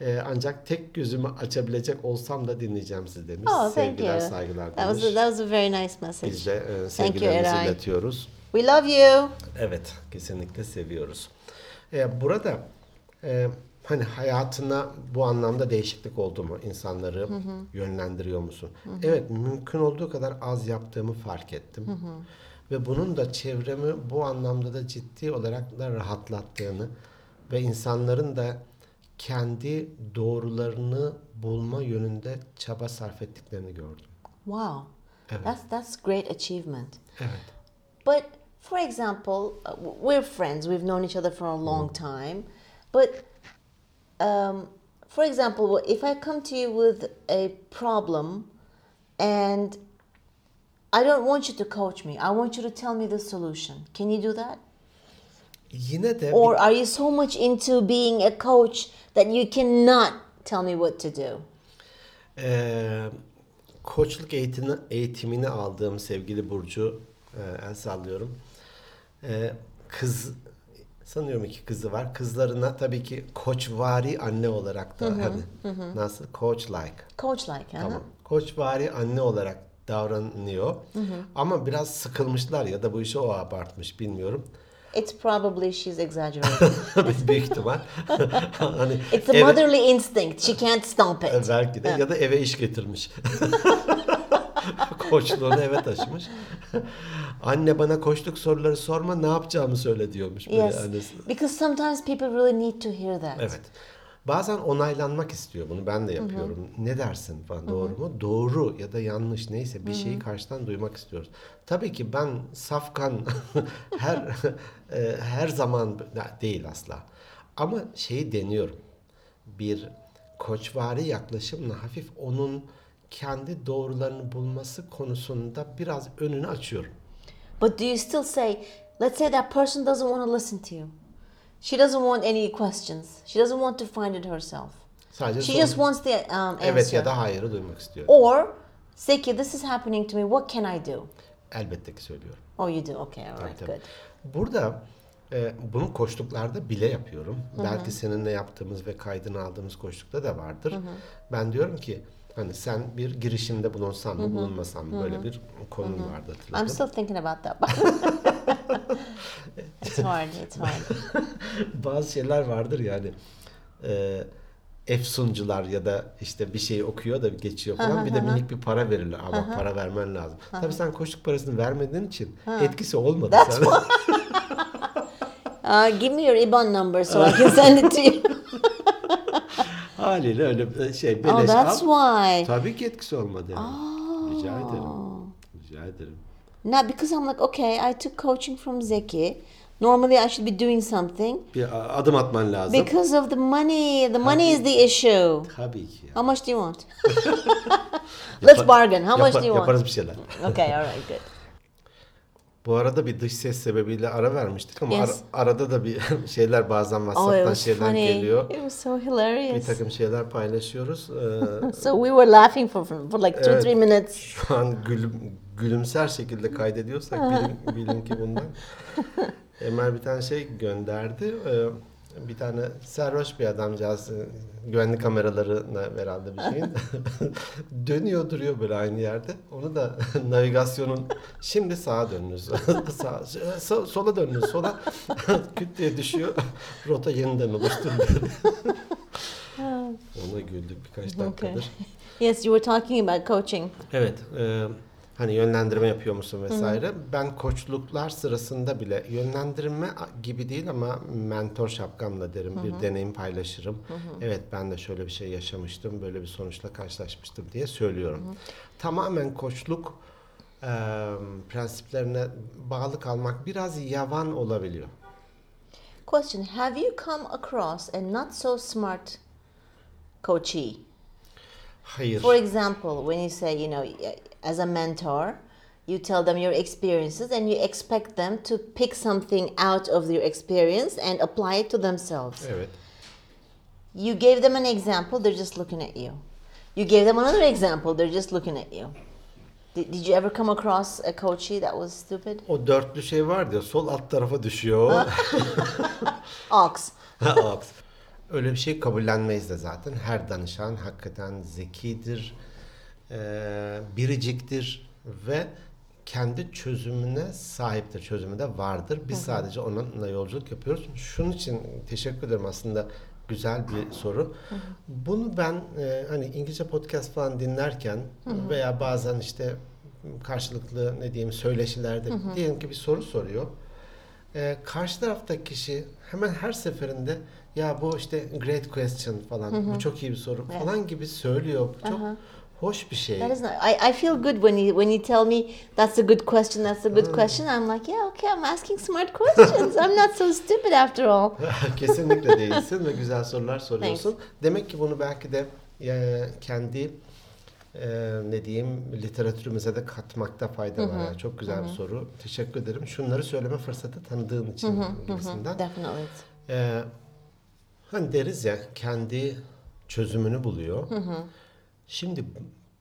[SPEAKER 2] Ee, ancak tek gözümü açabilecek olsam da dinleyeceğim siz demiş.
[SPEAKER 1] Oh, thank
[SPEAKER 2] Sevgiler,
[SPEAKER 1] you.
[SPEAKER 2] saygılar
[SPEAKER 1] That was
[SPEAKER 2] demiş.
[SPEAKER 1] a, that was a very nice message.
[SPEAKER 2] Biz de e, sevgilerimizi
[SPEAKER 1] Eray.
[SPEAKER 2] iletiyoruz.
[SPEAKER 1] We love you.
[SPEAKER 2] Evet, kesinlikle seviyoruz. Ee, burada e, hani hayatına bu anlamda değişiklik oldu mu? İnsanları yönlendiriyor musun? Evet, mümkün olduğu kadar az yaptığımı fark ettim. Ve bunun da çevremi bu anlamda da ciddi olarak da rahatlattığını ve insanların da kendi doğrularını bulma yönünde çaba sarf ettiklerini gördüm.
[SPEAKER 1] Wow,
[SPEAKER 2] Evet.
[SPEAKER 1] that's that's great achievement.
[SPEAKER 2] Evet.
[SPEAKER 1] But for example, uh, w- we're friends. We've known each other for a long time. But um, for example, if I come to you with a problem and I don't want you to coach me, I want you to tell me the solution. Can you do that?
[SPEAKER 2] Yine de
[SPEAKER 1] Or are you so much into being a coach that you cannot tell me what to do?
[SPEAKER 2] Ee, koçluk eğitimini, eğitimini aldığım sevgili Burcu e, el sallıyorum. Ee, kız sanıyorum iki kızı var. Kızlarına tabii ki koçvari anne olarak da hani nasıl coach like.
[SPEAKER 1] Coach like, huh?
[SPEAKER 2] Tamam. Koçvari anne olarak davranıyor. Ama biraz sıkılmışlar ya da bu işi o abartmış bilmiyorum.
[SPEAKER 1] It's probably she's exaggerating.
[SPEAKER 2] Büyük ihtimal. hani
[SPEAKER 1] It's the
[SPEAKER 2] eve-
[SPEAKER 1] motherly instinct. She can't stop it.
[SPEAKER 2] Belki de ya da eve iş getirmiş. Koçluğunu eve taşımış. Anne bana koçluk soruları sorma ne yapacağımı söyle diyormuş. Böyle hani
[SPEAKER 1] Yes,
[SPEAKER 2] annesi.
[SPEAKER 1] because sometimes people really need to hear that.
[SPEAKER 2] Evet. Bazen onaylanmak istiyor bunu ben de yapıyorum. Ne dersin falan doğru mu? Doğru ya da yanlış neyse bir şeyi karşıdan duymak istiyoruz. Tabii ki ben safkan her e, her zaman değil asla. Ama şeyi deniyorum. Bir koçvari yaklaşımla hafif onun kendi doğrularını bulması konusunda biraz önünü açıyorum.
[SPEAKER 1] But do you still say, let's say that person doesn't want to listen to you. She doesn't want any questions. She doesn't want to find it herself.
[SPEAKER 2] Sadece
[SPEAKER 1] She
[SPEAKER 2] son-
[SPEAKER 1] just wants the um, answer.
[SPEAKER 2] evet ya da hayırı duymak istiyorum.
[SPEAKER 1] Or say, "Okay, this is happening to me. What can I do?
[SPEAKER 2] Elbette ki söylüyorum.
[SPEAKER 1] Oh, you do. Okay, all right,
[SPEAKER 2] Tabii.
[SPEAKER 1] good.
[SPEAKER 2] Burada e, bunu koştuklarda bile yapıyorum. Belki seninle yaptığımız ve kaydını aldığımız koştukta da vardır. Ben diyorum ki hani sen bir girişimde bulunsan mı bulunmasan mı böyle bir konum vardı
[SPEAKER 1] I'm
[SPEAKER 2] hatırladım.
[SPEAKER 1] still thinking about that. it's hard. It's hard.
[SPEAKER 2] Bazı şeyler vardır yani e, efsuncular ya da işte bir şeyi okuyor da geçiyor falan bir de minik bir para verirler ama para vermen lazım. Tabii sen koştuk parasını vermediğin için etkisi olmadı sana.
[SPEAKER 1] Uh, give me your IBAN number so I can send it to you.
[SPEAKER 2] Haliyle öyle şey
[SPEAKER 1] Oh,
[SPEAKER 2] beleş
[SPEAKER 1] that's
[SPEAKER 2] al.
[SPEAKER 1] why. Oh.
[SPEAKER 2] Tabii ki etkisi olmadı. yani. Rica ederim. Rica ederim.
[SPEAKER 1] Now, because I'm like, okay, I took coaching from Zeki. Normally, I should be doing something.
[SPEAKER 2] Bir a- adım atman lazım.
[SPEAKER 1] Because of the money, the money is the issue.
[SPEAKER 2] Tabii ki. ya.
[SPEAKER 1] How much do you want? Let's bargain. How much
[SPEAKER 2] Yapa-
[SPEAKER 1] do you want?
[SPEAKER 2] Yaparız bir şeyler.
[SPEAKER 1] Okay, all right, good.
[SPEAKER 2] Bu arada bir dış ses sebebiyle ara vermiştik ama
[SPEAKER 1] Yes.
[SPEAKER 2] ara- arada da bir şeyler bazen
[SPEAKER 1] Oh, it
[SPEAKER 2] WhatsApp'tan
[SPEAKER 1] was
[SPEAKER 2] şeyler
[SPEAKER 1] funny.
[SPEAKER 2] geliyor.
[SPEAKER 1] It was so
[SPEAKER 2] Bir
[SPEAKER 1] hilarious.
[SPEAKER 2] takım şeyler paylaşıyoruz. Ee,
[SPEAKER 1] So we were laughing for, for like two,
[SPEAKER 2] Evet.
[SPEAKER 1] three minutes.
[SPEAKER 2] şu an gülüm, gülümser şekilde kaydediyorsak bilin, bilin ki bundan. Emel bir tane şey gönderdi. Ee, bir tane sarhoş bir adamcağız e, güvenlik kameralarına herhalde bir şeyin dönüyor duruyor böyle aynı yerde. Onu da navigasyonun şimdi sağa dönünüz. Sağ, so- sola dönünüz. Sola küt diye düşüyor. Rota yeniden oluşturuluyor. Ona güldük birkaç dakikadır.
[SPEAKER 1] Okay. Yes, you were talking about coaching.
[SPEAKER 2] Evet. e, hani yönlendirme yapıyor musun vesaire. Ben koçluklar sırasında bile yönlendirme gibi değil ama mentor şapkamla derim. Bir deneyim paylaşırım. Evet ben de şöyle bir şey yaşamıştım. Böyle bir sonuçla karşılaşmıştım diye söylüyorum. Tamamen koçluk e, prensiplerine bağlı kalmak biraz yavan olabiliyor.
[SPEAKER 1] Question Have you come across a not so smart coachee?
[SPEAKER 2] Hayır.
[SPEAKER 1] For example, when you say, you know, as a mentor, you tell them your experiences and you expect them to pick something out of your experience and apply it to themselves.
[SPEAKER 2] Evet.
[SPEAKER 1] You gave them an example, they're just looking at you. You gave them another example, they're just looking at you. Did, did you ever come across a coachee that was stupid?
[SPEAKER 2] O dörtlü şey var diyor. Sol alt tarafa düşüyor.
[SPEAKER 1] Ox.
[SPEAKER 2] Aks. Öyle bir şey kabullenmeyiz de zaten. Her danışan hakikaten zekidir, eee, biriciktir ve kendi çözümüne sahiptir, çözümü de vardır. Biz sadece onunla yolculuk yapıyoruz. Şunun için teşekkür ederim aslında güzel bir soru. Bunu ben eee, hani İngilizce podcast falan dinlerken veya bazen işte karşılıklı ne diyeyim söyleşilerde diyelim ki bir soru soruyor. Ee, karşı taraftaki kişi hemen her seferinde ya bu işte great question falan bu çok iyi bir soru falan gibi söylüyor. Bu çok hoş bir şey.
[SPEAKER 1] That is not. I, I feel good when you when you tell me that's a good question. That's a good question. I'm like, yeah, okay. I'm asking smart questions. I'm not so stupid after all.
[SPEAKER 2] Kesinlikle değilsin ve güzel sorular soruyorsun. Demek ki bunu belki de e, kendi e, ne diyeyim literatürümüze de katmakta fayda var. Yani çok güzel bir soru. Teşekkür ederim. Şunları söyleme fırsatı tanıdığın için gibisinden.
[SPEAKER 1] Definitely.
[SPEAKER 2] Ee, hani deriz ya kendi çözümünü buluyor. Şimdi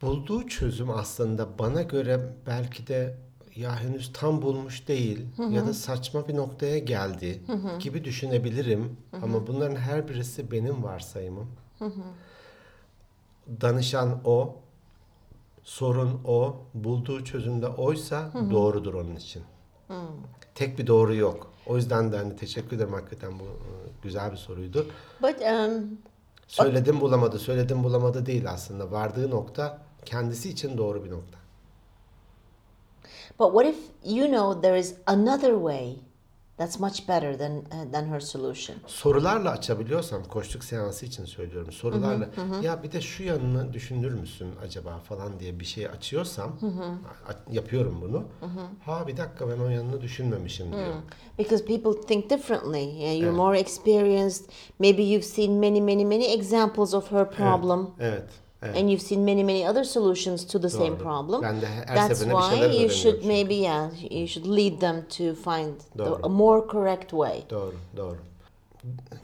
[SPEAKER 2] bulduğu çözüm aslında bana göre belki de ya henüz tam bulmuş değil ya da saçma bir noktaya geldi gibi düşünebilirim. Ama bunların her birisi benim varsayımım. Danışan o, sorun o, bulduğu çözüm de oysa doğrudur onun için tek bir doğru yok. O yüzden de hani teşekkür ederim hakikaten bu e, güzel bir soruydu.
[SPEAKER 1] But um,
[SPEAKER 2] Söyledim bulamadı, söyledim bulamadı değil aslında. Vardığı nokta kendisi için doğru bir nokta.
[SPEAKER 1] but what if you know there is another way That's much better than uh, than her solution.
[SPEAKER 2] Sorularla açabiliyorsam koçluk seansı için söylüyorum. Sorularla ya bir de şu yanını düşünür müsün acaba falan diye bir şey açıyorsam a- yapıyorum bunu. Ha bir dakika ben o yanını düşünmemişim diyor.
[SPEAKER 1] Because people think differently. Yeah, you're more experienced. Maybe you've seen many, many, many examples of her problem,
[SPEAKER 2] Evet. evet.
[SPEAKER 1] and you've seen many, many other solutions to the same
[SPEAKER 2] Doğru.
[SPEAKER 1] problem.
[SPEAKER 2] Ben de her
[SPEAKER 1] That's
[SPEAKER 2] seferinde bir
[SPEAKER 1] why
[SPEAKER 2] şeyler
[SPEAKER 1] you
[SPEAKER 2] öğreniyorum.
[SPEAKER 1] should
[SPEAKER 2] çünkü.
[SPEAKER 1] maybe yeah you should lead them to find the,
[SPEAKER 2] Doğru.
[SPEAKER 1] a more correct way.
[SPEAKER 2] Doğru, doğru.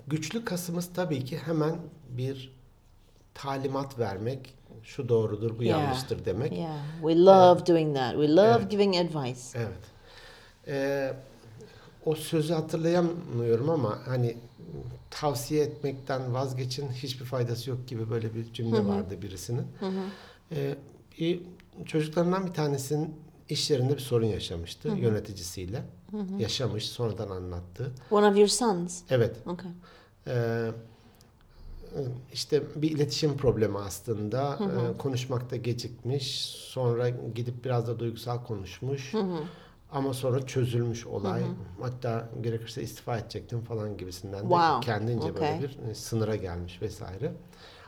[SPEAKER 2] Güçlü kasımız tabii ki hemen bir talimat vermek, şu doğrudur, bu
[SPEAKER 1] Ya.
[SPEAKER 2] yanlıştır demek.
[SPEAKER 1] Yeah, we love doing that. We love giving advice.
[SPEAKER 2] Evet. Ee, o sözü hatırlayamıyorum ama hani tavsiye etmekten vazgeçin hiçbir faydası yok gibi böyle bir cümle vardı birisinin. Ee, bir- çocuklarından bir tanesinin iş yerinde bir sorun yaşamıştı yöneticisiyle. Yaşamış, sonradan anlattı.
[SPEAKER 1] One of your sons.
[SPEAKER 2] Evet.
[SPEAKER 1] Okay.
[SPEAKER 2] Ee, işte bir iletişim problemi aslında. Ee, Konuşmakta gecikmiş. Sonra gidip biraz da duygusal konuşmuş.
[SPEAKER 1] Mm-hmm.
[SPEAKER 2] Ama sonra çözülmüş olay. Hatta gerekirse istifa edecektim falan gibisinden de
[SPEAKER 1] Wow.
[SPEAKER 2] kendince
[SPEAKER 1] Okay.
[SPEAKER 2] böyle bir e, sınıra gelmiş vesaire.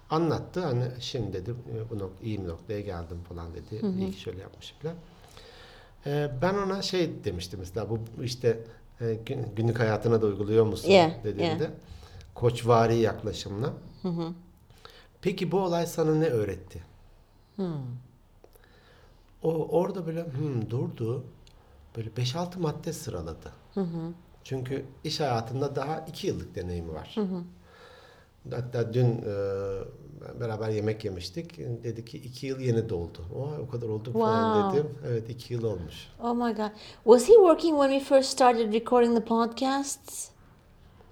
[SPEAKER 2] Anlattı hani şimdi dedi e, bu nok- iyi bir noktaya geldim falan dedi. İyi ki şöyle yapmışım falan. Ee, ben ona şey demiştim mesela bu işte e, gün- günlük hayatına da uyguluyor musun
[SPEAKER 1] Yeah,
[SPEAKER 2] dediğimde koçvari yaklaşımla. Peki bu olay sana ne öğretti?
[SPEAKER 1] Hmm.
[SPEAKER 2] O orada böyle hmm, durdu. Böyle 5-6 madde sıraladı. Çünkü iş hayatında daha 2 yıllık deneyimi var. Hatta dün e, beraber yemek yemiştik. Dedi ki 2 yıl yeni doldu. Vay o kadar oldu falan
[SPEAKER 1] Wow.
[SPEAKER 2] dedim. Evet 2 yıl olmuş.
[SPEAKER 1] Oh my God. Was he working when we first started recording the podcasts?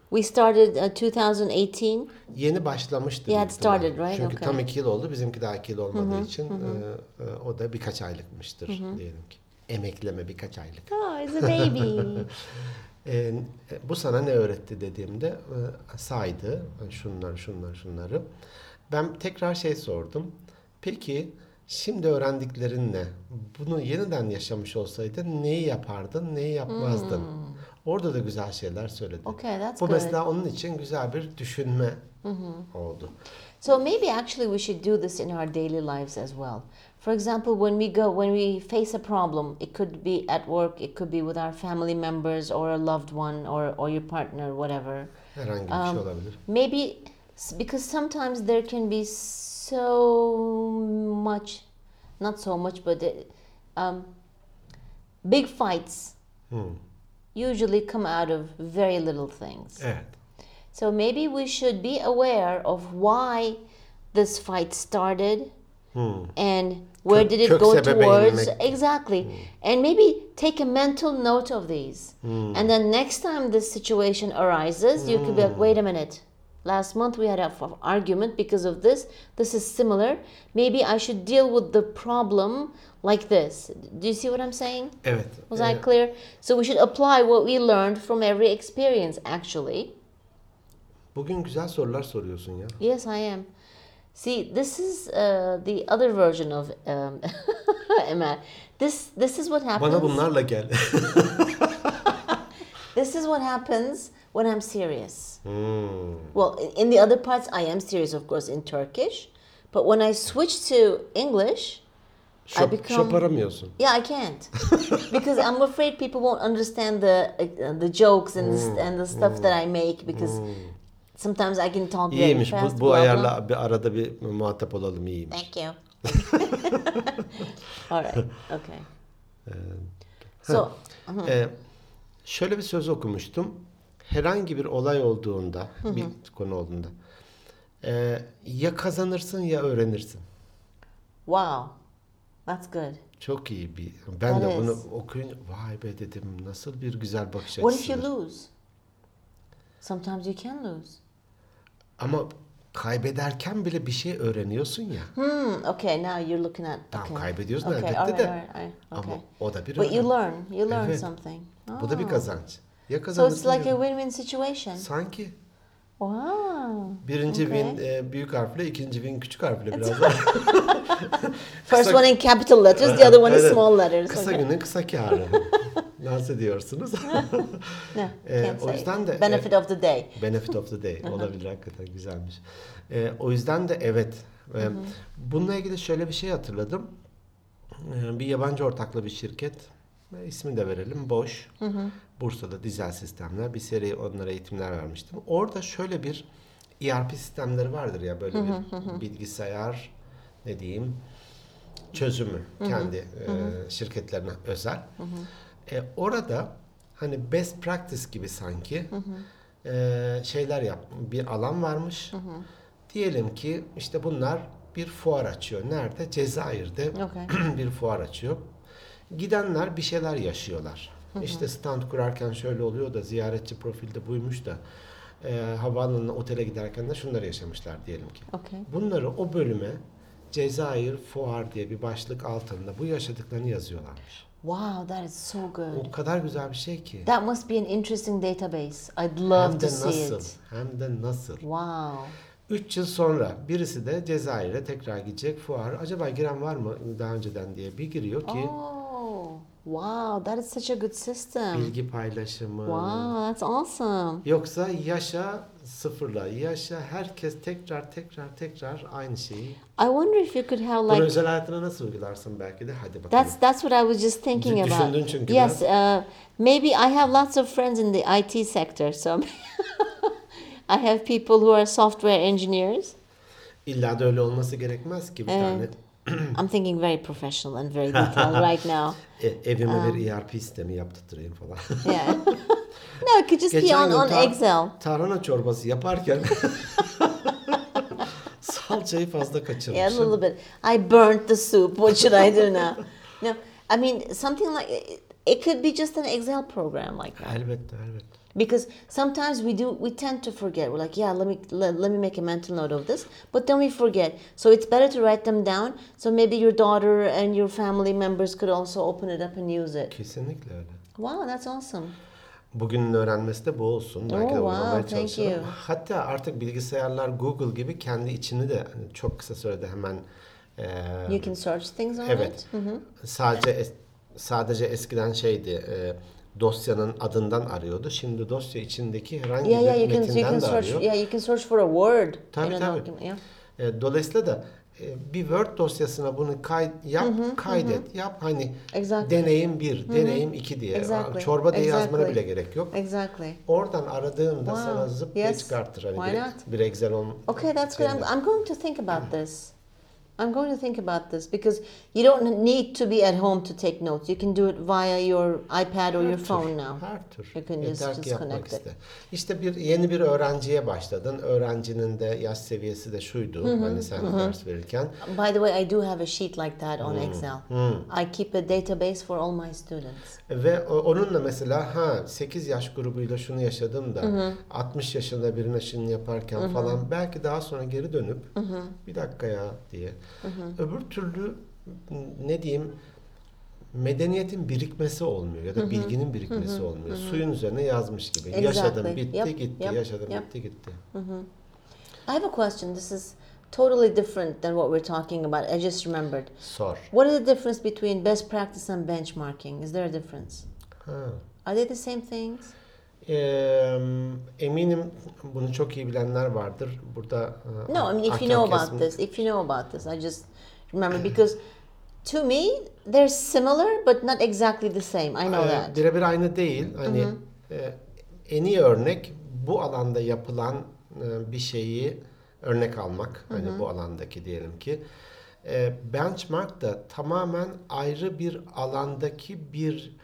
[SPEAKER 1] We started uh, 2018.
[SPEAKER 2] Yeni başlamıştı.
[SPEAKER 1] Yeah,
[SPEAKER 2] büyük
[SPEAKER 1] it started,
[SPEAKER 2] ihtimal.
[SPEAKER 1] right?
[SPEAKER 2] Çünkü
[SPEAKER 1] Okay.
[SPEAKER 2] tam iki yıl oldu. Bizimki daha iki yıl olmadığı için e, e, o da birkaç aylıkmıştır diyelim ki. Emekleme birkaç aylık.
[SPEAKER 1] Oh, he's a baby.
[SPEAKER 2] E, e, bu sana ne öğretti dediğimde e, saydı e, şunları şunları şunları. Ben tekrar şey sordum. Peki şimdi öğrendiklerin ne? Bunu yeniden yaşamış olsaydın neyi yapardın, neyi yapmazdın? Orada da güzel şeyler söyledi.
[SPEAKER 1] okay, that's
[SPEAKER 2] Bu
[SPEAKER 1] good.
[SPEAKER 2] mesela onun için güzel bir düşünme oldu.
[SPEAKER 1] So maybe actually we should do this in our daily lives as well. For example, when we go, when we face a problem, it could be at work, it could be with our family members or a loved one or, or your partner, whatever.
[SPEAKER 2] Herhangi bir şey olabilir.
[SPEAKER 1] Maybe s- because sometimes there can be so much, not so much, but it, um, big fights
[SPEAKER 2] Hmm.
[SPEAKER 1] usually come out of very little things.
[SPEAKER 2] Evet.
[SPEAKER 1] So maybe we should be aware of why this fight started
[SPEAKER 2] Hmm.
[SPEAKER 1] and where
[SPEAKER 2] Kök-
[SPEAKER 1] did it
[SPEAKER 2] kök
[SPEAKER 1] go
[SPEAKER 2] sebebe
[SPEAKER 1] towards.
[SPEAKER 2] inmek.
[SPEAKER 1] Exactly. And maybe take a mental note of these. And then next time this situation arises, you could be like, wait a minute. Last month we had an argument because of this. This is similar. Maybe I should deal with the problem like this. Do you see what I'm saying?
[SPEAKER 2] Evet.
[SPEAKER 1] Was
[SPEAKER 2] Ee,
[SPEAKER 1] I clear? So we should apply what we learned from every experience, actually.
[SPEAKER 2] Bugün güzel sorular soruyorsun ya.
[SPEAKER 1] Yes, I am. See, this is uh, the other version of um, Emma. This this is what happens.
[SPEAKER 2] Bana bunlarla gel.
[SPEAKER 1] This is what happens when I'm serious.
[SPEAKER 2] Hmm.
[SPEAKER 1] Well, in, in the other parts, I am serious, of course, in Turkish. But when I switch to English,
[SPEAKER 2] Şop,
[SPEAKER 1] become-
[SPEAKER 2] şoparamıyorsun.
[SPEAKER 1] yeah, I can't because I'm afraid people won't understand the uh, the jokes and the,
[SPEAKER 2] Mm,
[SPEAKER 1] and the stuff that I make because sometimes I can talk very
[SPEAKER 2] İyiymiş. Bu,
[SPEAKER 1] fast. blah,
[SPEAKER 2] bu
[SPEAKER 1] blah.
[SPEAKER 2] ayarla bir arada bir muhatap olalım iyiymiş.
[SPEAKER 1] Thank you. All right. Okay.
[SPEAKER 2] Heh.
[SPEAKER 1] So,
[SPEAKER 2] Ee, şöyle bir söz okumuştum. Herhangi bir olay olduğunda, bir konu olduğunda e, ya kazanırsın ya öğrenirsin.
[SPEAKER 1] wow. That's good.
[SPEAKER 2] Çok iyi bir. Ben de
[SPEAKER 1] Evet.
[SPEAKER 2] bunu okuyunca vay be dedim nasıl bir güzel bakış
[SPEAKER 1] What if you
[SPEAKER 2] açısı.
[SPEAKER 1] lose? Sometimes you can lose.
[SPEAKER 2] Ama kaybederken bile bir şey öğreniyorsun ya.
[SPEAKER 1] Hmm, okay, now you're looking at
[SPEAKER 2] Tamam
[SPEAKER 1] okay.
[SPEAKER 2] kaybediyorsun
[SPEAKER 1] Okay,
[SPEAKER 2] elbette
[SPEAKER 1] all right,
[SPEAKER 2] de.
[SPEAKER 1] all right, all right,
[SPEAKER 2] Ama
[SPEAKER 1] okay.
[SPEAKER 2] o da bir
[SPEAKER 1] But you
[SPEAKER 2] öğren-
[SPEAKER 1] learn, you learn
[SPEAKER 2] Evet.
[SPEAKER 1] something.
[SPEAKER 2] Bu da bir
[SPEAKER 1] Ah.
[SPEAKER 2] kazanç. Ya
[SPEAKER 1] So
[SPEAKER 2] kazanırsın
[SPEAKER 1] it's like
[SPEAKER 2] ya-
[SPEAKER 1] a win-win situation.
[SPEAKER 2] Sanki.
[SPEAKER 1] Wow.
[SPEAKER 2] Birinci
[SPEAKER 1] Okay.
[SPEAKER 2] win e, büyük harfle, ikinci win küçük harfle biraz daha.
[SPEAKER 1] First one in capital letters, the other one is
[SPEAKER 2] Evet.
[SPEAKER 1] small letters.
[SPEAKER 2] Kısa
[SPEAKER 1] okay.
[SPEAKER 2] günün kısa kârı. Dans ediyorsunuz.
[SPEAKER 1] No,
[SPEAKER 2] Ee,
[SPEAKER 1] can't
[SPEAKER 2] o
[SPEAKER 1] say.
[SPEAKER 2] yüzden de-
[SPEAKER 1] benefit of uh, the uh, day.
[SPEAKER 2] Benefit of the day olabilir hakikaten güzelmiş. Ee, o yüzden de evet. Ee, bununla ilgili şöyle bir şey hatırladım. Ee, bir yabancı ortaklı bir şirket. Ee, ismi de verelim. Boş. Bursa'da dizel sistemler. Bir seri onlara eğitimler vermiştim. Orada şöyle bir ERP sistemleri vardır ya böyle bir bilgisayar ne diyeyim çözümü kendi e, şirketlerine özel. E, orada hani best practice gibi sanki e, şeyler yap bir alan varmış. Diyelim ki işte bunlar bir fuar açıyor. Nerede? Cezayir'de
[SPEAKER 1] Okay.
[SPEAKER 2] bir fuar açıyor. Gidenler bir şeyler yaşıyorlar. İşte stand kurarken şöyle oluyor da ziyaretçi profilde buymuş da e, havaalanına otele giderken de şunları yaşamışlar diyelim ki.
[SPEAKER 1] Okay.
[SPEAKER 2] Bunları o bölüme Cezayir Fuar diye bir başlık altında bu yaşadıklarını yazıyorlarmış.
[SPEAKER 1] Wow, that is so good.
[SPEAKER 2] O kadar güzel bir şey ki.
[SPEAKER 1] That must be an interesting database. I'd
[SPEAKER 2] Hem
[SPEAKER 1] love
[SPEAKER 2] de
[SPEAKER 1] to see
[SPEAKER 2] nasıl,
[SPEAKER 1] it.
[SPEAKER 2] hem de nasıl.
[SPEAKER 1] Wow.
[SPEAKER 2] 3 yıl sonra birisi de Cezayir'e tekrar gidecek fuar. Acaba giren var mı daha önceden diye bir giriyor ki
[SPEAKER 1] Oh, wow, that is such a good system.
[SPEAKER 2] bilgi paylaşımı.
[SPEAKER 1] Wow, that's awesome.
[SPEAKER 2] Yoksa yaşa sıfırla, yaşa herkes tekrar tekrar tekrar aynı şeyi.
[SPEAKER 1] I wonder if you could have
[SPEAKER 2] Bunu
[SPEAKER 1] like
[SPEAKER 2] özel hayatına nasıl uygularsın belki de hadi bakalım.
[SPEAKER 1] That's that's what I was just thinking
[SPEAKER 2] Dü-
[SPEAKER 1] about.
[SPEAKER 2] düşündün çünkü
[SPEAKER 1] yes, uh, maybe I have lots of friends in the IT sector, so I have people who are software engineers.
[SPEAKER 2] İlla da öyle olması gerekmez ki bir tane.
[SPEAKER 1] I'm thinking very professional and very detailed right now.
[SPEAKER 2] E, evime
[SPEAKER 1] Um,
[SPEAKER 2] bir ERP sistemi yaptırtırayım falan.
[SPEAKER 1] Yeah. no, it could just be on,
[SPEAKER 2] gün
[SPEAKER 1] on
[SPEAKER 2] tar-
[SPEAKER 1] Excel.
[SPEAKER 2] Tarhana çorbası yaparken salçayı fazla kaçırmışım.
[SPEAKER 1] Yeah, a little bit. I burnt the soup. What should I do now? no, I mean something like it, it could be just an Excel program like that.
[SPEAKER 2] Elbette elbette.
[SPEAKER 1] because sometimes we do we tend to forget we're like yeah let me let, let me make a mental note of this but then we forget so it's better to write them down so maybe your daughter and your family members could also open it up and use it
[SPEAKER 2] Kesinlikle öyle.
[SPEAKER 1] wow that's awesome
[SPEAKER 2] Bugünün öğrenmesi de bu olsun. Belki de
[SPEAKER 1] Oh,
[SPEAKER 2] uygulamaya
[SPEAKER 1] wow, thank
[SPEAKER 2] çalışırım.
[SPEAKER 1] you.
[SPEAKER 2] Hatta artık bilgisayarlar Google gibi kendi içini de hani çok kısa sürede hemen e,
[SPEAKER 1] you can search things on
[SPEAKER 2] evet.
[SPEAKER 1] it Mm-hmm.
[SPEAKER 2] Sadece es- sadece eskiden şeydi e, dosyanın adından arıyordu. Şimdi dosya içindeki herhangi
[SPEAKER 1] yeah
[SPEAKER 2] bir
[SPEAKER 1] yeah you can
[SPEAKER 2] metinden
[SPEAKER 1] you can
[SPEAKER 2] de
[SPEAKER 1] search
[SPEAKER 2] arıyor.
[SPEAKER 1] yeah you can search for a word
[SPEAKER 2] Tabii,
[SPEAKER 1] in a
[SPEAKER 2] tabii.
[SPEAKER 1] document yeah
[SPEAKER 2] E, Dolayısıyla da e, bir Word dosyasına bunu kay, yap, kaydet, yap. Hani
[SPEAKER 1] Exactly.
[SPEAKER 2] deneyim bir, deneyim iki diye.
[SPEAKER 1] Exactly.
[SPEAKER 2] Çorba diye yazmana
[SPEAKER 1] Exactly.
[SPEAKER 2] bile gerek yok.
[SPEAKER 1] exactly
[SPEAKER 2] Oradan aradığımda
[SPEAKER 1] Wow.
[SPEAKER 2] sana zıp diye
[SPEAKER 1] Yes.
[SPEAKER 2] çıkartır. Hani
[SPEAKER 1] Why
[SPEAKER 2] bir,
[SPEAKER 1] not?
[SPEAKER 2] bir Excel on.
[SPEAKER 1] Okay, that's good.
[SPEAKER 2] şeyinde.
[SPEAKER 1] I'm, I'm going to think about this. I'm going to think about this because you don't need to be at home to take notes. You can do it via your iPad or your phone now.
[SPEAKER 2] Her tür.
[SPEAKER 1] You can just-
[SPEAKER 2] Yeter
[SPEAKER 1] just
[SPEAKER 2] ki yapmak
[SPEAKER 1] connect it.
[SPEAKER 2] iste. İşte bir yeni bir öğrenciye başladın. Öğrencinin de yaş seviyesi de şuydu. Hani sen ders verirken.
[SPEAKER 1] By the way, I do have a sheet like that on Excel. I keep a database for all my students.
[SPEAKER 2] Ve o- onunla mesela ha 8 yaş grubuyla şunu yaşadım da 60 yaşında birine şunu yaparken falan belki daha sonra geri dönüp bir dakika ya diye. Öbür türlü ne diyeyim medeniyetin birikmesi olmuyor ya da bilginin birikmesi olmuyor. Suyun üzerine yazmış gibi.
[SPEAKER 1] Exactly.
[SPEAKER 2] Yaşadım bitti
[SPEAKER 1] Yep,
[SPEAKER 2] gitti.
[SPEAKER 1] yep,
[SPEAKER 2] yaşadım
[SPEAKER 1] yep.
[SPEAKER 2] bitti gitti.
[SPEAKER 1] I have a question. This is totally different than what we're talking about. I just remembered.
[SPEAKER 2] Sor.
[SPEAKER 1] What is the difference between best practice and benchmarking? Is there a difference?
[SPEAKER 2] Ha.
[SPEAKER 1] Are they the same things?
[SPEAKER 2] Eee, eminim bunu çok iyi bilenler vardır. Burada e,
[SPEAKER 1] No, I mean, if you
[SPEAKER 2] ahkam
[SPEAKER 1] know about
[SPEAKER 2] kesimi-
[SPEAKER 1] this, if you know about this, I just remember because to me they're similar but not exactly the same. I know
[SPEAKER 2] Ee,
[SPEAKER 1] that.
[SPEAKER 2] Birebir aynı değil. Hani e, en iyi örnek bu alanda yapılan e, bir şeyi örnek almak. Hani bu alandaki diyelim ki. E, benchmark da tamamen ayrı bir alandaki bir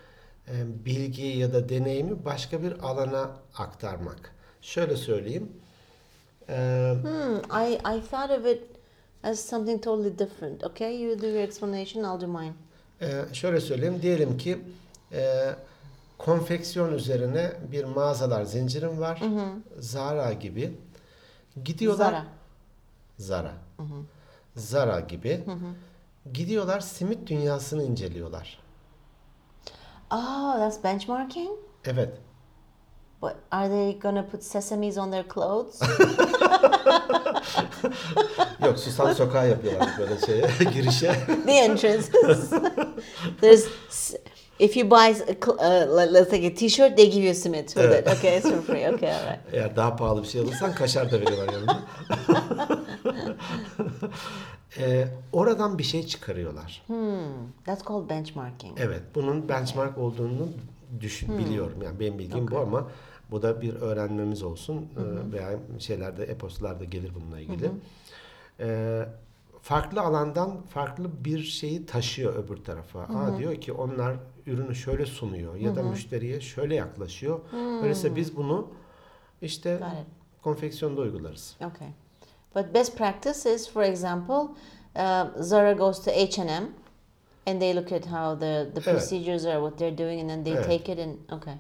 [SPEAKER 2] e, bilgiyi ya da deneyimi başka bir alana aktarmak. Şöyle söyleyeyim. E,
[SPEAKER 1] Hmm, I I thought of it as something totally different. Okay, you do your explanation, I'll do mine.
[SPEAKER 2] Ee, şöyle söyleyeyim. Diyelim ki e, konfeksiyon üzerine bir mağazalar zincirim var. Zara gibi. Gidiyorlar.
[SPEAKER 1] Mm-hmm. Zara.
[SPEAKER 2] Zara. Zara gibi. Gidiyorlar simit dünyasını inceliyorlar.
[SPEAKER 1] Oh, that's benchmarking.
[SPEAKER 2] Evet.
[SPEAKER 1] But are they gonna put sesames on their clothes?
[SPEAKER 2] Yok susam sokağı yapıyorlar böyle şeye girişe.
[SPEAKER 1] the entrances. There's s- If you buy, a cl- uh, let- let's take a T-shirt, they give you a simit with it. Okay, it's for free. Okay, all right.
[SPEAKER 2] Eğer daha pahalı bir şey alırsan kaşar da veriyorlar yanında. Ee, oradan bir şey çıkarıyorlar.
[SPEAKER 1] Hmm, That's called benchmarking.
[SPEAKER 2] Evet, bunun benchmark olduğunu düşün, biliyorum. Yani benim bilgim bu ama bu da bir öğrenmemiz olsun Ee, veya şeylerde e-postalarda gelir bununla ilgili. Ee, farklı alandan farklı bir şeyi taşıyor öbür tarafa. Aa diyor ki onlar ürünü şöyle sunuyor ya da müşteriye şöyle yaklaşıyor. Öyleyse biz bunu işte
[SPEAKER 1] Got it.
[SPEAKER 2] konfeksiyonda uygularız.
[SPEAKER 1] Okay, but best practice is, for example, uh, Zara goes to H and M, and they look at how the the
[SPEAKER 2] Evet.
[SPEAKER 1] procedures are, what they're doing, and then they
[SPEAKER 2] Evet.
[SPEAKER 1] take it and okay.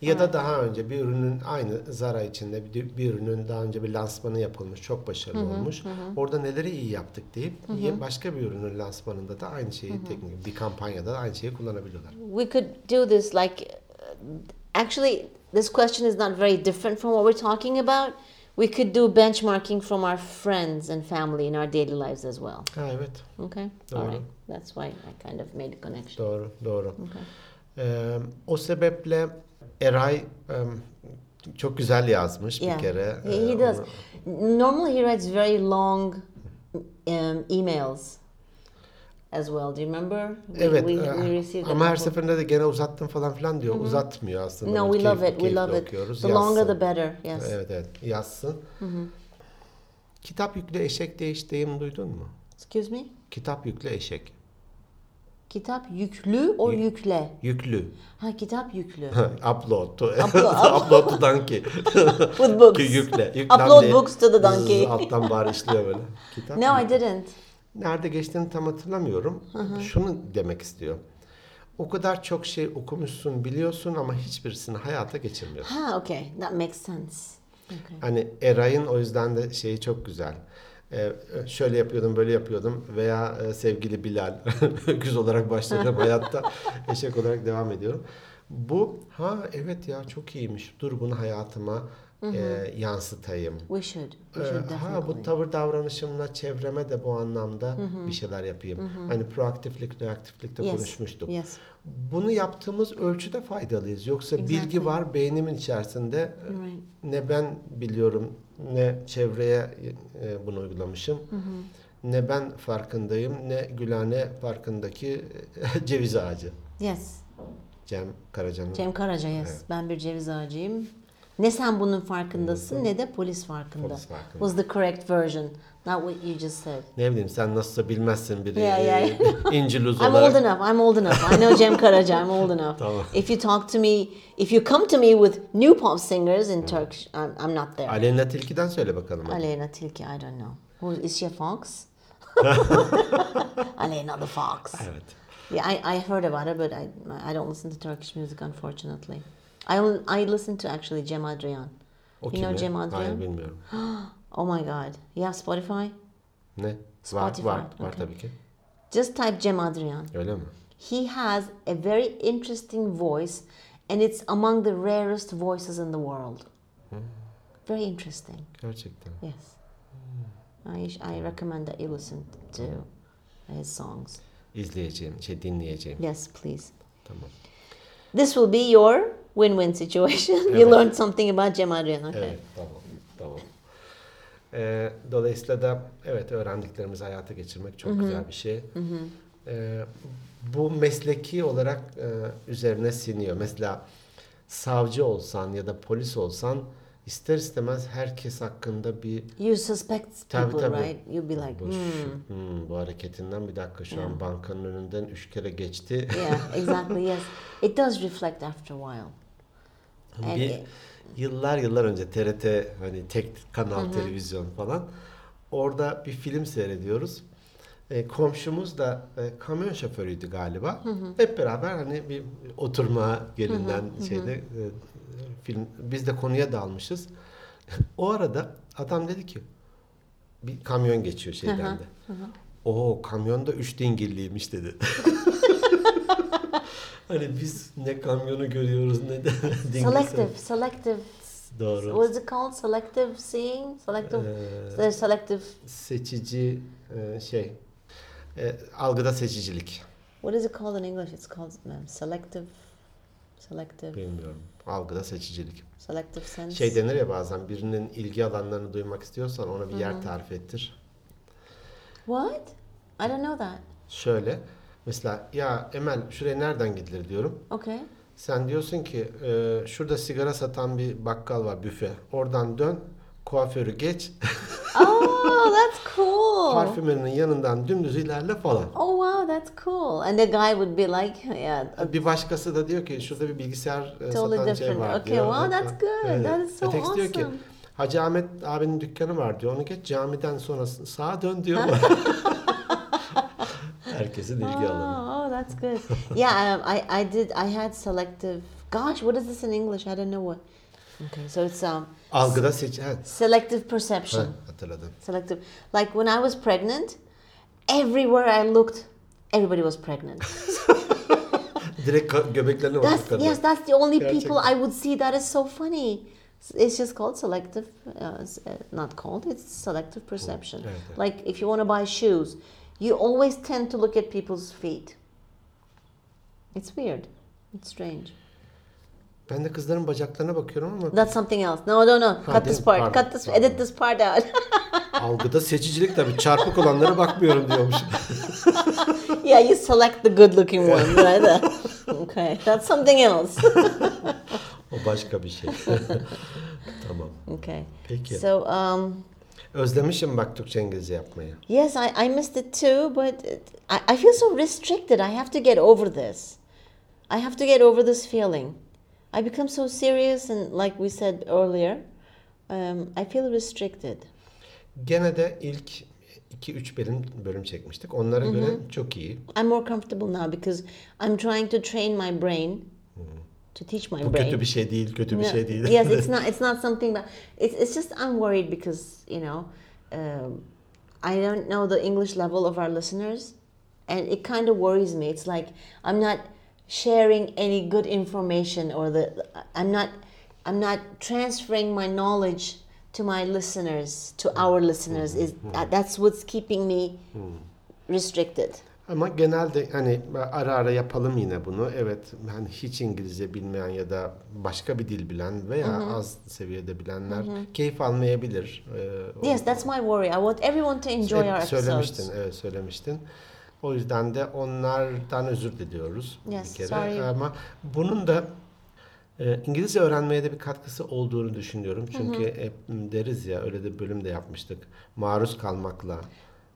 [SPEAKER 2] Ya da daha önce bir ürünün aynı Zara içinde bir, bir ürünün daha önce bir lansmanı yapılmış, çok başarılı olmuş. Orada neleri iyi yaptık deyip ye- başka bir ürünün lansmanında da aynı şeyi teknik bir kampanyada da aynı şeyi kullanabiliyorlar.
[SPEAKER 1] we could do this like uh, actually this question is not very different from what we're talking about we could do benchmarking from our friends and family in our daily lives as well
[SPEAKER 2] Ha evet,
[SPEAKER 1] okay all
[SPEAKER 2] Doğru.
[SPEAKER 1] right that's why i kind of made a connection
[SPEAKER 2] doğru, doğru.
[SPEAKER 1] okay
[SPEAKER 2] Ee, o sebeple Eray em, çok güzel yazmış
[SPEAKER 1] Yeah.
[SPEAKER 2] bir kere.
[SPEAKER 1] He- he
[SPEAKER 2] Ee,
[SPEAKER 1] does.
[SPEAKER 2] onu-
[SPEAKER 1] normally he writes very long um, emails as well do you remember we,
[SPEAKER 2] Evet.
[SPEAKER 1] we,
[SPEAKER 2] e,
[SPEAKER 1] we received a
[SPEAKER 2] ama her
[SPEAKER 1] couple.
[SPEAKER 2] seferinde de gene uzattım falan filan diyor. Uzatmıyor aslında.
[SPEAKER 1] no
[SPEAKER 2] Onu
[SPEAKER 1] we love
[SPEAKER 2] keyif-
[SPEAKER 1] it we
[SPEAKER 2] keyifle
[SPEAKER 1] love it
[SPEAKER 2] okuyoruz.
[SPEAKER 1] the longer
[SPEAKER 2] Yazsın.
[SPEAKER 1] the better yes
[SPEAKER 2] Evet evet yazsın. Kitap yüklü eşek değiş deyim duydun mu?
[SPEAKER 1] excuse me
[SPEAKER 2] Kitap yüklü eşek.
[SPEAKER 1] kitap yüklü or yükle
[SPEAKER 2] Yüklü.
[SPEAKER 1] ha kitap yüklü
[SPEAKER 2] upload to,
[SPEAKER 1] Upload.
[SPEAKER 2] upload to donkey.
[SPEAKER 1] with books.
[SPEAKER 2] Ki Yükle. Yüklen
[SPEAKER 1] Upload
[SPEAKER 2] diye
[SPEAKER 1] books to the donkey.
[SPEAKER 2] zzz alttan bağırışlıyor böyle. Kitap
[SPEAKER 1] No, I
[SPEAKER 2] yüklü.
[SPEAKER 1] didn't.
[SPEAKER 2] Nerede geçtiğini tam hatırlamıyorum. Şunu demek istiyor. O kadar çok şey okumuşsun, biliyorsun ama hiçbirisini hayata geçirmiyorsun.
[SPEAKER 1] Ah, okay, that makes sense. Okay.
[SPEAKER 2] Hani Eray'ın o yüzden de şeyi çok güzel. Ee, şöyle yapıyordum, böyle yapıyordum veya e, sevgili Bilal öküz olarak başladım hayatta eşek olarak devam ediyorum. Bu ha evet ya çok iyiymiş. Dur bunu hayatıma e, yansıtayım.
[SPEAKER 1] We should. We
[SPEAKER 2] Ee,
[SPEAKER 1] should
[SPEAKER 2] Eh, ha bu
[SPEAKER 1] definitely.
[SPEAKER 2] tavır davranışımla çevreme de bu anlamda bir şeyler yapayım. Hani proaktiflik, reaktiflikte
[SPEAKER 1] Yes.
[SPEAKER 2] konuşmuştuk.
[SPEAKER 1] Yes.
[SPEAKER 2] Bunu yaptığımız ölçüde faydalıyız. Yoksa
[SPEAKER 1] Exactly.
[SPEAKER 2] bilgi var beynimin içerisinde. e,
[SPEAKER 1] You're right.
[SPEAKER 2] Ne ben biliyorum, ne çevreye e, bunu uygulamışım, ne ben farkındayım, ne Gülhane Parkı'ndaki ceviz ağacı.
[SPEAKER 1] Yes.
[SPEAKER 2] Cem Karaca'nın.
[SPEAKER 1] Cem Karaca yes. Ben bir ceviz ağacıyım. Ne sen bunun farkındasın ne de polis farkında.
[SPEAKER 2] Polis farkında.
[SPEAKER 1] Was the correct version. Not what you just said.
[SPEAKER 2] Ne bileyim sen nasılsa bilmezsin biri
[SPEAKER 1] Ya, ya.
[SPEAKER 2] e, İnciluz
[SPEAKER 1] I'm
[SPEAKER 2] olarak.
[SPEAKER 1] old enough. I'm old enough. I know Cem Karaca. I'm old enough.
[SPEAKER 2] Tamam.
[SPEAKER 1] If you talk to me, if you come to me with new pop singers in Turkish, I'm, I'm not there.
[SPEAKER 2] Aleyna Tilki'den söyle bakalım. hadi.
[SPEAKER 1] Aleyna Tilki, I don't know. Who is she a fox? Aleyna the fox.
[SPEAKER 2] Evet.
[SPEAKER 1] Yeah, I, I heard about her, but I, I don't listen to Turkish music, unfortunately. I, only, I listen to actually Cem Adrian.
[SPEAKER 2] O
[SPEAKER 1] You know
[SPEAKER 2] kimi?
[SPEAKER 1] Cem
[SPEAKER 2] Hayır
[SPEAKER 1] Adrian?
[SPEAKER 2] bilmiyorum.
[SPEAKER 1] Oh my God. You have Spotify?
[SPEAKER 2] Ne? Var,
[SPEAKER 1] Spotify,
[SPEAKER 2] var, var
[SPEAKER 1] okay.
[SPEAKER 2] tabii ki.
[SPEAKER 1] Just type Cem Adrian.
[SPEAKER 2] Öyle mi?
[SPEAKER 1] He has a very interesting voice, and it's among the rarest voices in the world. Very interesting,
[SPEAKER 2] Gerçekten.
[SPEAKER 1] yes. I, I recommend that you listen to his songs.
[SPEAKER 2] İzleyeceğim, şey dinleyeceğim.
[SPEAKER 1] Yes, please.
[SPEAKER 2] Tamam.
[SPEAKER 1] This will be your win-win situation. You
[SPEAKER 2] Evet.
[SPEAKER 1] learned something about Cem Adrian. Okay.
[SPEAKER 2] Evet, tamam, tamam. Ee, dolayısıyla da evet öğrendiklerimizi hayata geçirmek çok güzel bir şey. Ee, bu mesleki olarak e, üzerine siniyor. Mesela savcı olsan ya da polis olsan ister istemez herkes hakkında bir
[SPEAKER 1] You suspect
[SPEAKER 2] Tabii,
[SPEAKER 1] people,
[SPEAKER 2] tabii.
[SPEAKER 1] right? You'll be like,
[SPEAKER 2] bu, şu-
[SPEAKER 1] hmm.
[SPEAKER 2] hmm, bu hareketinden bir dakika şu an bankanın önünden üç kere geçti.
[SPEAKER 1] yeah, exactly. Yes, it does reflect after a while. And
[SPEAKER 2] bir
[SPEAKER 1] it-
[SPEAKER 2] yıllar yıllar önce TRT hani tek kanal televizyon falan orada bir film seyrediyoruz. E, komşumuz da e, kamyon şoförüydü galiba. Hep beraber hani bir oturma gelinen şeyde e, film biz de konuya dalmışız. o arada adam dedi ki bir kamyon geçiyor
[SPEAKER 1] Hı
[SPEAKER 2] şeyden
[SPEAKER 1] hı,
[SPEAKER 2] de. O kamyonda üç dingilliymiş dedi. hani biz ne kamyonu görüyoruz ne de dingil.
[SPEAKER 1] Selective, selective.
[SPEAKER 2] Doğru.
[SPEAKER 1] What's it called? Selective seeing, selective.
[SPEAKER 2] Ee,
[SPEAKER 1] there's selective.
[SPEAKER 2] seçici e, şey e, algıda seçicilik.
[SPEAKER 1] What is it called in English? It's called um, selective, selective,
[SPEAKER 2] Bilmiyorum. Algıda seçicilik.
[SPEAKER 1] selective sense.
[SPEAKER 2] Şey denir ya bazen birinin ilgi alanlarını duymak istiyorsan ona bir yer tarif ettir.
[SPEAKER 1] What? I don't know that.
[SPEAKER 2] Şöyle mesela ya Emel şuraya nereden gidilir diyorum.
[SPEAKER 1] Okay.
[SPEAKER 2] Sen diyorsun ki "E, şurada sigara satan bir bakkal var büfe. Oradan dön kuaförü geç
[SPEAKER 1] Oh, that's cool.
[SPEAKER 2] parfümörünün yanından dümdüz ilerle falan.
[SPEAKER 1] Oh wow, that's cool. And the guy would be like, yeah,
[SPEAKER 2] Bir başkası da diyor ki şurada bir bilgisayar e,
[SPEAKER 1] Totally
[SPEAKER 2] satan şey
[SPEAKER 1] different.
[SPEAKER 2] var
[SPEAKER 1] Okay,
[SPEAKER 2] diyor.
[SPEAKER 1] wow,
[SPEAKER 2] Evet,
[SPEAKER 1] that's good.
[SPEAKER 2] evet.
[SPEAKER 1] That is so
[SPEAKER 2] Ötekisi diyor ki
[SPEAKER 1] awesome.
[SPEAKER 2] Hacı Ahmet abinin dükkanı var diyor. Onu geç camiden sonra sağa dön diyor. Herkesin ilgi alanı.
[SPEAKER 1] Oh, oh, that's good. yeah, um, I, I did. I had selective. Gosh, what is this in English? I don't know what. Okay, so it's um
[SPEAKER 2] Algıda seç... Ha,
[SPEAKER 1] selective
[SPEAKER 2] ha,
[SPEAKER 1] perception.
[SPEAKER 2] hatırladım.
[SPEAKER 1] Selective. Like when I was pregnant, everywhere I looked, everybody was pregnant.
[SPEAKER 2] Direkt ka- göbeklerine baktık
[SPEAKER 1] That's
[SPEAKER 2] kadın.
[SPEAKER 1] yes, that's the only
[SPEAKER 2] Yeah,
[SPEAKER 1] people I would see. That is so funny. It's just called selective, uh, s- uh, not called. It's selective perception.
[SPEAKER 2] yeah, yeah.
[SPEAKER 1] Like if you want to buy shoes, you always tend to look at people's feet. It's weird. It's strange.
[SPEAKER 2] Ben de kızların bacaklarına bakıyorum ama
[SPEAKER 1] That's something else. No, no, no. Cut this
[SPEAKER 2] değil mi?
[SPEAKER 1] part.
[SPEAKER 2] Pardon,
[SPEAKER 1] Cut this.
[SPEAKER 2] pardon.
[SPEAKER 1] Edit this part out.
[SPEAKER 2] algıda seçicilik tabii. Çarpık olanlara bakmıyorum diyormuş.
[SPEAKER 1] yeah, you select the good-looking one, right? there. okay, that's something else.
[SPEAKER 2] O başka bir şey. tamam.
[SPEAKER 1] Okay.
[SPEAKER 2] Peki.
[SPEAKER 1] So, um,
[SPEAKER 2] Özlemişim bak Türkçe İngilizce yapmayı.
[SPEAKER 1] Yes, I, I missed it too, but it, I, I feel so restricted. I have to get over this. I have to get over this feeling. I become so serious, and like we said earlier, um, I feel restricted.
[SPEAKER 2] Gene de ilk 2-3 bölüm bölüm çekmiştik. Onlara göre çok iyi.
[SPEAKER 1] I'm more comfortable now because I'm trying to train my brain to teach my
[SPEAKER 2] Bu
[SPEAKER 1] brain.
[SPEAKER 2] kötü bir şey değil, kötü bir
[SPEAKER 1] No,
[SPEAKER 2] şey değil.
[SPEAKER 1] yes, it's not. It's not something that. It's, it's just I'm worried because you know, um, I don't know the English level of our listeners, and it kind of worries me. It's like I'm not sharing any good information, or the I'm not I'm not transferring my knowledge to my listeners, to our listeners. Is that, that's what's keeping me restricted.
[SPEAKER 2] Ama genelde hani ara ara yapalım yine bunu. Evet hani hiç İngilizce bilmeyen ya da başka bir dil bilen veya az seviyede bilenler keyif almayabilir. Ee, o-
[SPEAKER 1] Yes, that's my worry. I want everyone to enjoy
[SPEAKER 2] Evet,
[SPEAKER 1] our
[SPEAKER 2] söylemiştin,
[SPEAKER 1] episodes.
[SPEAKER 2] evet söylemiştin. O yüzden de onlardan özür diliyoruz
[SPEAKER 1] Yes,
[SPEAKER 2] bir kere.
[SPEAKER 1] sorry.
[SPEAKER 2] Ama bunun da e, İngilizce öğrenmeye de bir katkısı olduğunu düşünüyorum. Çünkü hep deriz ya öyle de bölüm de yapmıştık. Maruz kalmakla.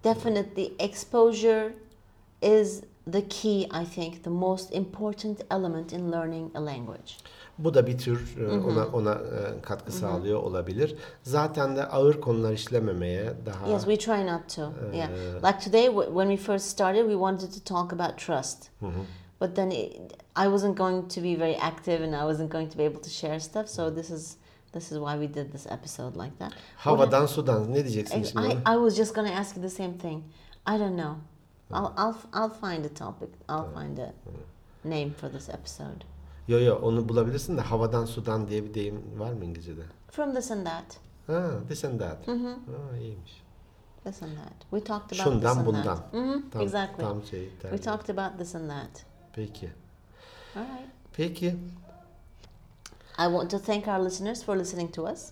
[SPEAKER 1] Definitely, exposure is the key, I think, the most important element in learning a language.
[SPEAKER 2] Bu da bir tür e, ona ona e, katkı sağlıyor olabilir. Zaten de ağır konular işlememeye daha
[SPEAKER 1] Yes, we try not to. yeah. Like today, w- when we first started, we wanted to talk about trust. But then it, I wasn't going to be very active and I wasn't going to be able to share stuff. So this is this is why we did this episode like that.
[SPEAKER 2] havadan sudan ne diyeceksin
[SPEAKER 1] Ex-
[SPEAKER 2] şimdi?
[SPEAKER 1] I,
[SPEAKER 2] ona?
[SPEAKER 1] I was just going to ask you the same thing. I don't know. I'll, I'll, f- I'll find a topic. I'll find a name for this episode.
[SPEAKER 2] Yo yo onu bulabilirsin de havadan sudan diye bir deyim var mı İngilizce'de?
[SPEAKER 1] From this and that.
[SPEAKER 2] Ha, this and that. Ha, iyiymiş.
[SPEAKER 1] This and that. We talked about this
[SPEAKER 2] Şundan
[SPEAKER 1] and
[SPEAKER 2] bundan.
[SPEAKER 1] that. Mhm,
[SPEAKER 2] Tam,
[SPEAKER 1] exactly.
[SPEAKER 2] Tam şey.
[SPEAKER 1] We
[SPEAKER 2] tercih.
[SPEAKER 1] talked about this and that.
[SPEAKER 2] Peki.
[SPEAKER 1] All right.
[SPEAKER 2] Peki.
[SPEAKER 1] I want to thank our listeners for listening to us.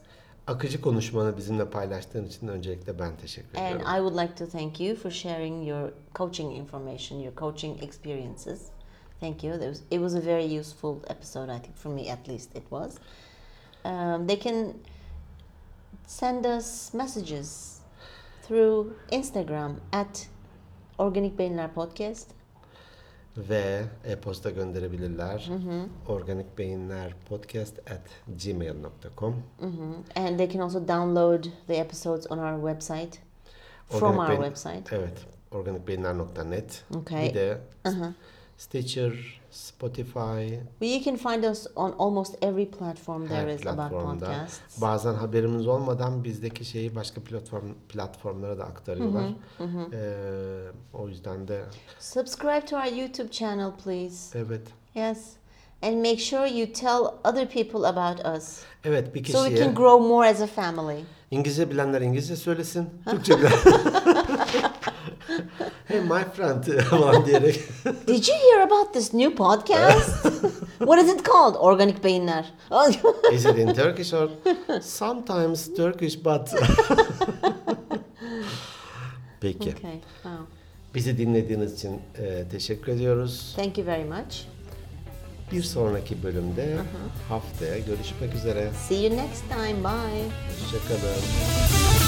[SPEAKER 2] Akıcı konuşmanı bizimle paylaştığın için öncelikle ben teşekkür
[SPEAKER 1] And
[SPEAKER 2] ediyorum.
[SPEAKER 1] I would like to thank you for sharing your coaching information, your coaching experiences. Thank you. It was, it was a very useful episode, I think, for me at least it was. Um, they can send us messages through Instagram at Organik Beyinler Podcast.
[SPEAKER 2] Ve e-posta gönderebilirler.
[SPEAKER 1] Mm-hmm.
[SPEAKER 2] Organikbeyinlerpodcast at gmail.com
[SPEAKER 1] hmm And they can also download the episodes on our website, from
[SPEAKER 2] Organic
[SPEAKER 1] our
[SPEAKER 2] Beyin-
[SPEAKER 1] website.
[SPEAKER 2] Evet. Organikbeyinler.net
[SPEAKER 1] Okay.
[SPEAKER 2] Bir de Stitcher, Spotify,
[SPEAKER 1] Well, you can find us on almost every platform there
[SPEAKER 2] her
[SPEAKER 1] is about
[SPEAKER 2] platformda.
[SPEAKER 1] podcasts.
[SPEAKER 2] Bazen haberimiz olmadan bizdeki şeyi başka platform platformlara da aktarıyorlar. Ee, o yüzden de
[SPEAKER 1] Subscribe to our YouTube channel, please.
[SPEAKER 2] evet.
[SPEAKER 1] Yes. And make sure you tell other people about us
[SPEAKER 2] Evet bir kişiye
[SPEAKER 1] so we can grow more as a family.
[SPEAKER 2] İngilizce bilenler İngilizce söylesin. Türkçe bilen hey my friend falan diyerek.
[SPEAKER 1] Did you hear about this new podcast? what is it called? Organik beyinler.
[SPEAKER 2] Is it in Turkish or sometimes Turkish but. Peki.
[SPEAKER 1] okay. Wow.
[SPEAKER 2] Bizi dinlediğiniz için e, teşekkür ediyoruz.
[SPEAKER 1] Thank you very much.
[SPEAKER 2] Bir sonraki bölümde haftaya görüşmek üzere.
[SPEAKER 1] See you next time. Bye.
[SPEAKER 2] Hoşçakalın.